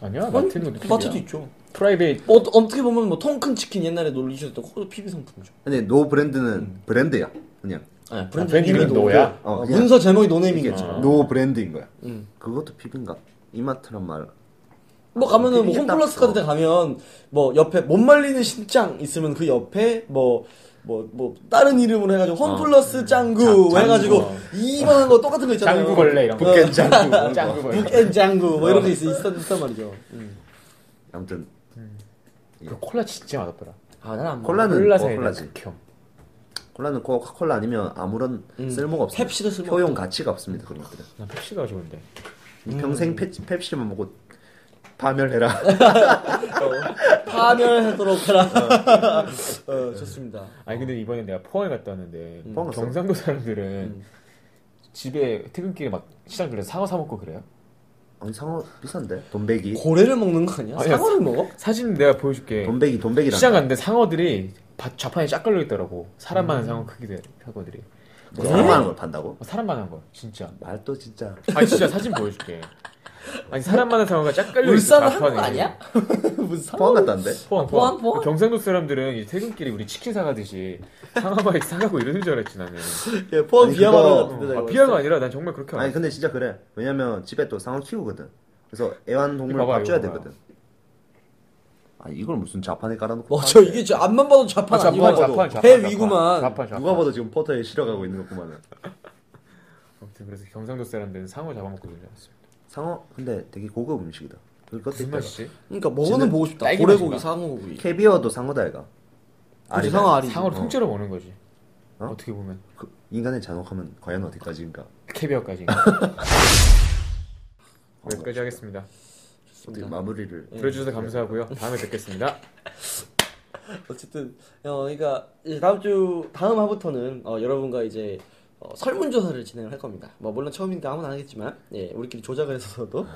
아니야 마트는 어디 마트도 있죠. 프라이빗 뭐, 어, 어떻게 보면 뭐 통큰 치킨 옛날에 놀리셨던 그것도 PB 상품이죠. 근데 노 브랜드는 음. 브랜드야. 그냥 아, 브랜드 이름이 노야? 어, 어, 그냥 문서 제목이 노네임이겠죠. 아. 노 브랜드인 거야. 음. 그것도 PB인가? 이마트란 말. 뭐 가면은 뭐 PB 딱 홈플러스 써. 같은 데 가면 뭐 옆에 못 말리는 신짱 있으면 그 옆에 뭐 뭐 뭐 다른 이름으로 해가지고 홈플러스 짱구 자- 해가지고 짱구. 이만한 거 똑같은 거 있잖아요. 어. 장구벌레 이런 거. 북겐 짱구. (laughs) 장구벌레. 북앤 짱구 뭐 이런 게 있, 있었, 있단 말이죠. 아무튼 그 콜라 진짜 맛없더라. 아, 난안 콜라는 콜라 어, 사이다. 콜라지. 극혐. 콜라는 코카콜라 아니면 아무런 쓸모가 음. 없어. 펩시도 쓸모가 효용 없고. 가치가 없습니다 그런 것들은. 난 펩시가 좋은데. 음. 평생 펩, 펩시만 먹고 파멸해라. (laughs) 파멸하도록 해라. 어, 좋습니다. 아니 근데 이번에 내가 포항에 갔다 왔는데 음. 포항 갔어? 경상도 사람들은 음. 집에 퇴근길에 막 시장 들려서 상어 사 먹고 그래요? 아니 상어 비싼데? 돈베기. 고래를 먹는 거 아니야? 아니야. 상어를 먹어? 사진 내가 보여줄게. 돈베기 돈베기라. 시장 갔는데 상어들이 바- 좌판에 쫙 깔려 있더라고. 사람 음. 많은 상어 크기들 상어들이. 뭐 네? 얼마나 걸 판다고? 어, 사람 많은 거 진짜. 말도 진짜. 아니 진짜 사진 보여줄게. 아니 사람 많은 상어가 쫙 깔려 있어. 울산 한국 좌판에. 아니야? (laughs) 무슨 상어? 포항 갔다는데? 포항, 포항, 포항. 포항? 경상도 사람들은 이 퇴근길에 우리 치킨 사가듯이 상어바이 사가고 이러는 줄 알았지 나는. 예, 포함 어. 아니, 비하마로 그거- 같은데. 아, 비하가 아니라 난 정말 그렇게 아니 알았어. 근데 진짜 그래. 왜냐면 집에 또 상어 키우거든. 그래서 애완동물 이거 봐봐, 밥 줘야 이거 봐봐. 되거든. 아 이걸 무슨 자판에 어, 깔아놓고. 와, 뭐 저 이게 저 앞만 봐도 자판 아, 아, 니고 좌판, 요 좌판, 좌판, 배 좌판. 위구만. 좌판, 좌판. 누가 봐도 지금 포터에 실어가고 있는 것구만은. 아무튼 그래서 경상도 사람들은 상어 잡아먹고 놀지 않았어요. 상어 근데 되게 고급 음식이다. 그것도 무슨 있다. 맛이지? 그러니까 먹어는 보고 싶다. 딸기 고래고기, 맛인가? 상어고기. 캐비어도 상어다 얘가. 그치, 아리다. 상어 아리. 상어를 어. 통째로 먹는 거지. 어? 어? 떻게 보면 그 인간의 잔혹함은 과연 (laughs) 어디까지인가? 캐비어까지. 여기까지 하겠습니다. 어떻게 그렇습니다. 마무리를 예. 들어주셔서 감사하고요. 다음에 뵙겠습니다. 어쨌든 어, 그러니까 이제 다음 주 다음 화부터는 어, 여러분과 이제 어, 설문조사를 진행을 할 겁니다. 뭐 물론 처음이니까 아무나 하겠지만 예, 우리끼리 조작을 해서도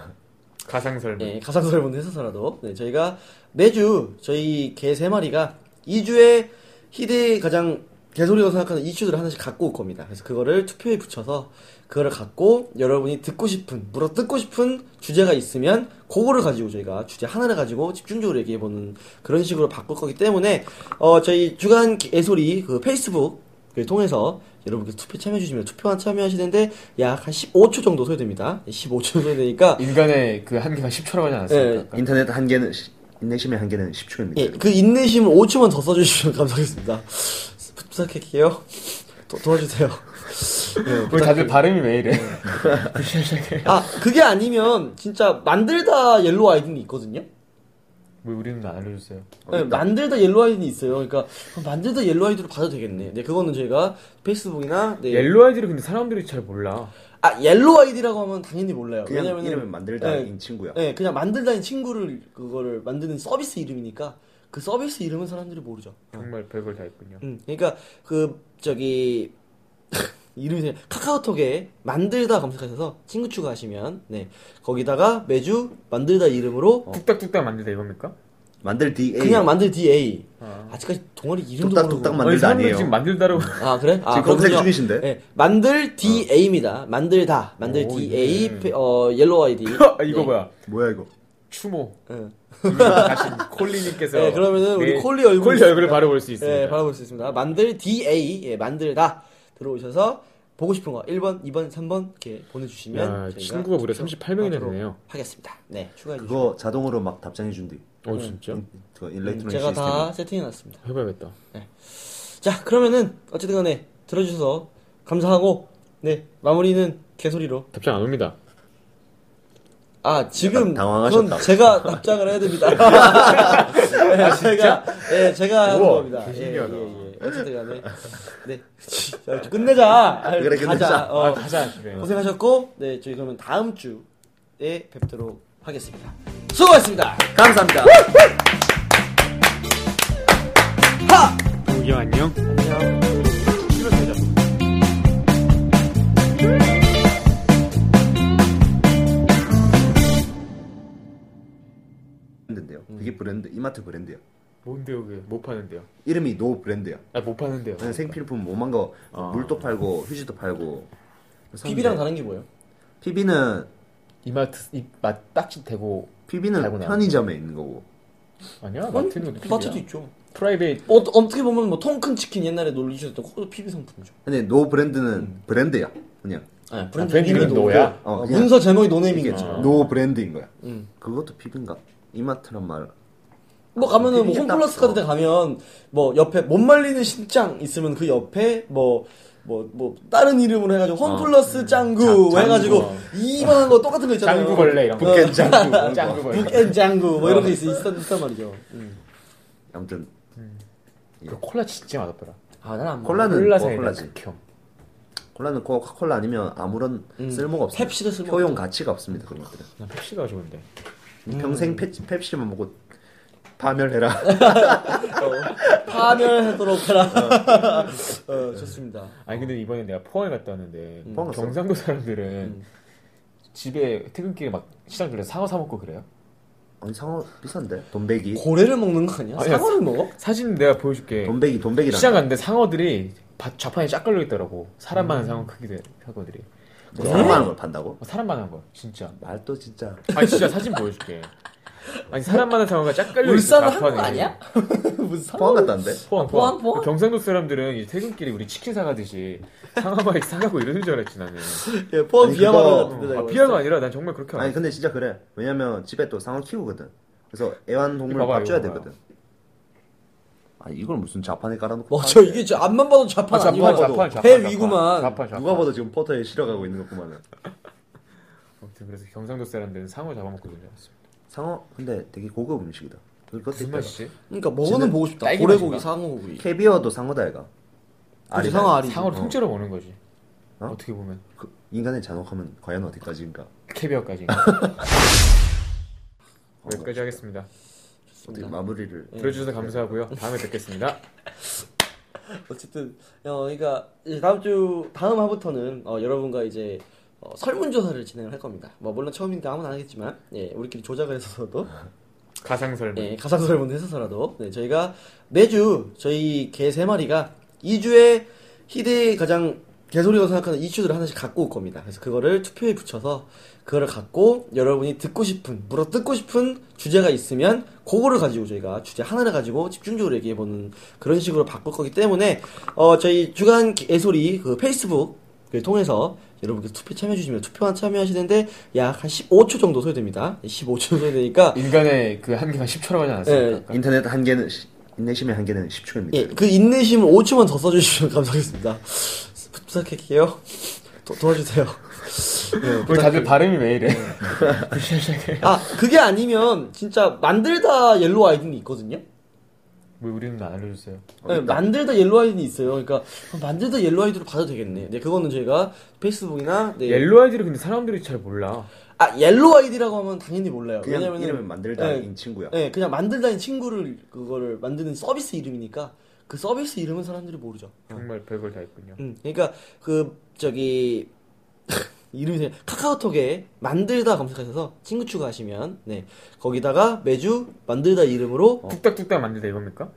가상 설문. 예, 가상 설문을 해서서라도 네, 저희가 매주 저희 개 세 마리가 2주에 희대의 가장 개소리라고 생각하는 이슈들을 하나씩 갖고 올 겁니다. 그래서 그거를 투표에 붙여서 그거를 갖고 여러분이 듣고 싶은 물어 뜯고 싶은 주제가 있으면 그거를 가지고 저희가 주제 하나를 가지고 집중적으로 얘기해보는 그런 식으로 바꿀 거기 때문에 어, 저희 주간 개소리 그 페이스북 그 통해서 여러분께서 투표 참여해주시면 투표만 참여하시는데 약 한 15초 정도 소요됩니다. 예, 15초 예, 소요되니까 인간의 그 한계가 10초라고 하지 않았습니까? 예, 인터넷 한계는 시- 인내심의 한계는 10초입니다. 예, 그 인내심 5초만 더 써주시면 (laughs) 감사하겠습니다. 부- 부탁할게요. 도, 도와주세요. 네, 우리 다들 부탁드려요. 발음이 왜 이래? 그- (laughs) 아, 그게 아니면 진짜 만들다 옐로우 아이디는 있거든요? 왜 뭐, 우리는 안 알려줬어요? 네, 만들다 옐로우 아이디는 있어요. 그러니까 그럼 만들다 옐로우 아이디로 봐도 되겠네. 네, 그거는 저희가 페이스북이나 네. 옐로 아이디를 근데 사람들이 잘 몰라. 아, 옐로우 아이디라고 하면 당연히 몰라요. 그냥 왜냐면은- 이름을 만들다인 네, 친구야. 네, 그냥 만들다인 친구를 그거를 만드는 서비스 이름이니까 그 서비스 이름은 사람들이 모르죠. 정말 별걸 다 있군요. 음, 그러니까 그 저기 (laughs) 이름이 생각- 카카오톡에 만들다 검색하셔서 친구 추가하시면 네 거기다가 매주 만들다 어. 이름으로 뚝딱뚝딱 만들다 이겁니까? 만들 DA. 그냥 만들 DA 아직까지 동아리 이름도 뚝딱뚝딱 모르고 만들다 아니, 사람들이 아니에요. 지금 만들다라고 아 그래? 아, 지금 검색 그렇군요. 중이신데? 네, 만들 DA입니다. 만들다, 만들 오, DA, 예. 페- 어 옐로우 (laughs) 아이디. 아, 이거 네. 뭐야? 뭐야 이거? 추모. 응. 다시 콜리님께서. 네, 그러면은 우리 네, 콜리 얼굴 콜리 얼굴을 바로 볼 수 있습니다. 네, 바라볼 수 있습니다. 만들 DA, 예, 만들다 들어오셔서 보고 싶은 거 1번, 2번, 3번 이렇게 보내주시면 야, 저희가 친구가 무려 38명이나 하도록 되네요. 하겠습니다. 네, 추가해 주시고 그거 자동으로 막 답장해 준대. 어, 진짜? 그 일렉트로닉 음, 제가 시스템. 다 세팅해놨습니다. 해봐야겠다. 자, 그러면은 어쨌든 간에 들어주셔서 감사하고 네, 마무리는 개소리로 답장 안 옵니다. 아 지금 약간 당황하셨다. 그건 제가 답장을 해야 됩니다. 아, 제가 예 제가 하는 우와, 겁니다. 되게 예, 예, 신기하다. 예. 어쨌든간에 네 자, 끝내자. 아, 그래, 가자. 끝내자. 어, 가자. 그래. 고생하셨고 네 저희 그러면 다음 주에 뵙도록 하겠습니다. 수고하셨습니다. 감사합니다. 동경 안녕. 브랜드인데요. 음. 그게 브랜드 이마트 브랜드야. 뭔데요, 그게? 못 파는데요. 이름이 노 브랜드야. 아, 못 파는데요. 그냥 생필품 뭐만 거 아. 물도 팔고 휴지도 팔고. 비비랑 다른 게 뭐예요? PB는 이마트, 이맛 딱지 대고. 달고 PB는 나오는 편의점에 있는 거고. 아니야, 그건 마트는 어떻게 마트도 비비야? 있죠. 프라이빗. 어, 어떻게 보면 뭐 통큰 치킨 옛날에 놀리셨던 그것도 PB 상품이죠. 근데 노 브랜드는 음. 브랜드야. 그냥 아, 브랜드 이름이 노야? 어, 어, 아. 그냥 문서 제목이 노네임이겠죠. 이게 노 브랜드인 거야. 음. 그것도 PB인가? 이마트란 말. 뭐 가면은 뭐 되게 홈플러스 딱- 카드 때 가면 뭐 옆에 못 말리는 신짱 있으면 그 옆에 뭐 뭐 뭐 다른 이름으로 해가지고 홈플러스 아, 음. 짱구 자- 해가지고 짱구. 이만한 거 똑같은 거 있잖아요. 어. 짱구벌레 이런 거. 북앤 짱구. 짱구벌레. (laughs) 북앤 짱구 뭐 이런 게 있, 있었, 있단 말이죠. 아무튼 그 콜라 진짜 맛없더라. 아난안 콜라는 콜라 뭐 사이다. 콜라지. 극혐. 콜라는 코카콜라 아니면 아무런 쓸모가 없어요. 음. 펩시도 쓸모가 효용 가치가 없습니다. 그런 것들은. 난 펩시가 좋은데. 음. 평생 펩, 펩시만 먹고 파멸해라. (laughs) 어. 파멸하도록 해라. 어, 좋습니다. 아니 근데 이번에 내가 포항에 갔다 왔는데 포항 갔어? 경상도 사람들은 집에 퇴근길에 막 시장 들려 상어 사 먹고 그래요? 아니 상어 비싼데? 돈베기. 고래를 먹는 거 아니야? 예. 아니야, 상어를 먹어? 사진 내가 보여줄게. 돈베기 돈베기라. 시장 갔는데 상어들이 바- 좌판에 쫙 걸려 있더라고. 사람 많은 상어 크기들 상어들이. 얼마나 걸뭐 판다고? 어, 사람 많은 거 진짜. 말도 진짜. 아니 진짜 사진 보여줄게. 아니 사람 많은 상어가 쫙 깔려 있어. 울산은 한거 좌판에. 아니야? 무슨 상어? 포항 갔다는데? 포항, 포항, 포항. 포항? 경상도 사람들은 이 퇴근길에 우리 치킨 사가듯이 상어바리 사가고 이러는 줄 알았지 나는. 예, 포함 아니, 비하마가 그거- 같은데. 내가 아, 봤을 비하가 아니라 난 정말 그렇게 아니 알았어. 근데 진짜 그래. 왜냐면 집에 또 상어 키우거든. 그래서 애완동물 이거 봐봐, 밥 줘야 이거 봐봐. 되거든. 아니 이걸 무슨 자판에 깔아놓고. 맞아 이게 저 앞만 봐도 좌판 아, 아니고 좌판, 네. 좌판, 좌판, 배 좌판. 위구만 좌판 좌판. 누가 봐도 지금 포터에 실어가고 있는 것구만은. 아무튼 그래서 경상도 사람들은 상어 잡아먹고 놀지 그 않았습니다. 상어 근데 되게 고급 음식이다. 그것도 무슨 있다. 맛이지? 그러니까 먹어는 진짜 보고 싶다 딸기 고래고기 맛인가? 상어고기 캐비어도 상어다 얘가. 그치, 아리다. 상어 아리 상어를 통째로 먹는 거지. 어? 어? 떻게 보면 (laughs) 그 인간의 잔혹함은 과연 어디까지인가? 캐비어까지. 여기까지 하겠습니다. 어, 어떻게 마무리를 들어주셔서 감사하고요. 네. 다음에 뵙겠습니다. 어쨌든 어, 그러니까 이제 다음 주 다음 화부터는 어, 여러분과 이제 어, 설문조사를 진행을 할 겁니다. 뭐 물론 처음이니까 아무나 하겠지만 예, 우리끼리 조작을 해서도 가상 네. 설문. 예, 가상 설문을 해서서라도 네, 저희가 매주 저희 개 세 마리가 2주에 희대의 가장 개소리라고 생각하는 이슈들을 하나씩 갖고 올 겁니다. 그래서 그거를 투표에 붙여서 그거를 갖고 여러분이 듣고 싶은 물어 뜯고 싶은 주제가 있으면 그거를 가지고 저희가 주제 하나를 가지고 집중적으로 얘기해보는 그런 식으로 바꿀 거기 때문에 어, 저희 주간 개소리 그 페이스북 그 통해서 여러분께서 투표 참여해주시면 투표 참여하시는데 약 한 15초 정도 소요됩니다. 네, 15초 소요되니까 인간의 그 한계가 10초라고 하지 않았습니까? 그러니까 예, 네, 인터넷 한 개는 시- 인내심의 한 개는 10초입니다. 예, 그 인내심 5초만 더 써주시면 (laughs) 감사하겠습니다. 부- 부탁할게요. 도, 도와주세요. 네, 우리 다들 네. 발음이 왜 이래? (laughs) 아, 그게 아니면 진짜 만들다 옐로우 아이딘이 있거든요? 왜뭐 우리는 안 알려주세요? 어, 네, 만들다 옐로우 아이딘이 있어요. 그러니까 만들다 옐로우 아이디로 봐도 되겠네. 네, 그거는 저희가 페이스북이나 네. 옐로 아이들이 근데 사람들이 잘 어. 몰라. 아, 옐로우 아이디라고 하면 당연히 몰라요. 그냥 왜냐면은- 이름을 만들다인 네. 친구야. 네, 그냥 만들다인 친구를 그거를 만드는 서비스 이름이니까 그 서비스 이름은 사람들이 모르죠. 정말 별걸 다 있군요. 음, 그러니까 그 저기 (laughs) 이름이 생- 카카오톡에 만들다 검색하셔서 친구 추가하시면 네 거기다가 매주 만들다 이름으로 어. 뚝딱뚝딱 만들다 이겁니까?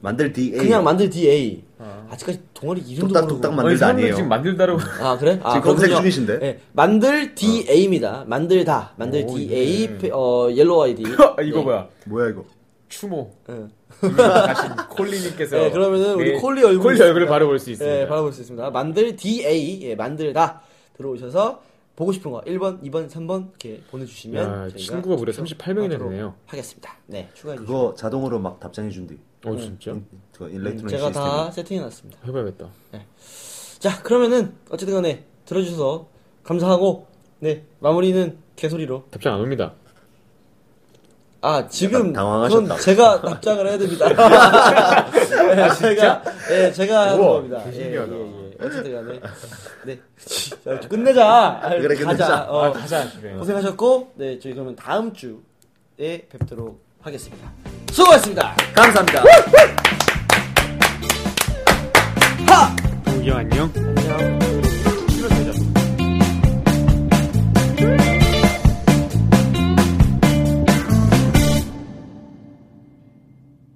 만들 DA 그냥 만들 DA 아. 아직까지 동아리 이름도 똑딱똑딱 모르고 만들다 사람들이 아니에요. 음. 지금 만들다라고 아 그래? 아, 지금 검색 그렇군요. 중이신데? 아. 네, 만들 DA입니다 만들다 만들 오, DA 네. 예. 페- 어 옐로우 (laughs) 아이디 (laughs) 아, 이거 네. 뭐야? 뭐야 이거? 추모. 응. 다시 (laughs) 콜리님께서. 네, 예. 그러면은 우리 콜리 얼굴 콜리 있으니까. 얼굴을 바로 볼 수 있습니다. 예, 바라볼 수 있습니다. 만들 DA, 예, 만들다. 들어오셔서 보고 싶은 거 1번, 2번, 3번 이렇게 보내주시면 야, 저희가 친구가 무려 투표 38명이나 하도록 되네요. 하겠습니다. 네, 추가해 주시고. 그거 자동으로 막 답장해 준대. 어 진짜? 그 일렉트로닉 제가 시스템. 다 세팅해놨습니다. 해봐야겠다. 자, 그러면은 어쨌든 간에 들어주셔서 감사하고 네, 마무리는 개소리로. 답장 안 옵니다. 아, 지금 약간 당황하셨다. 그건 제가 답장을 해야 (laughs) 됩니다. 아, 제가 예, 제가 하는 우와, 겁니다. 되게 예, 예, 신기하다. 예. 어쨌든 간에 네. 자, 끝내자. 아, 그래, 가자. 끝내자. 어. 가자. 그래. 고생하셨고 네 저희 그러면 다음 주에 뵙도록 하겠습니다. 수고하셨습니다. 감사합니다. 동경 안녕.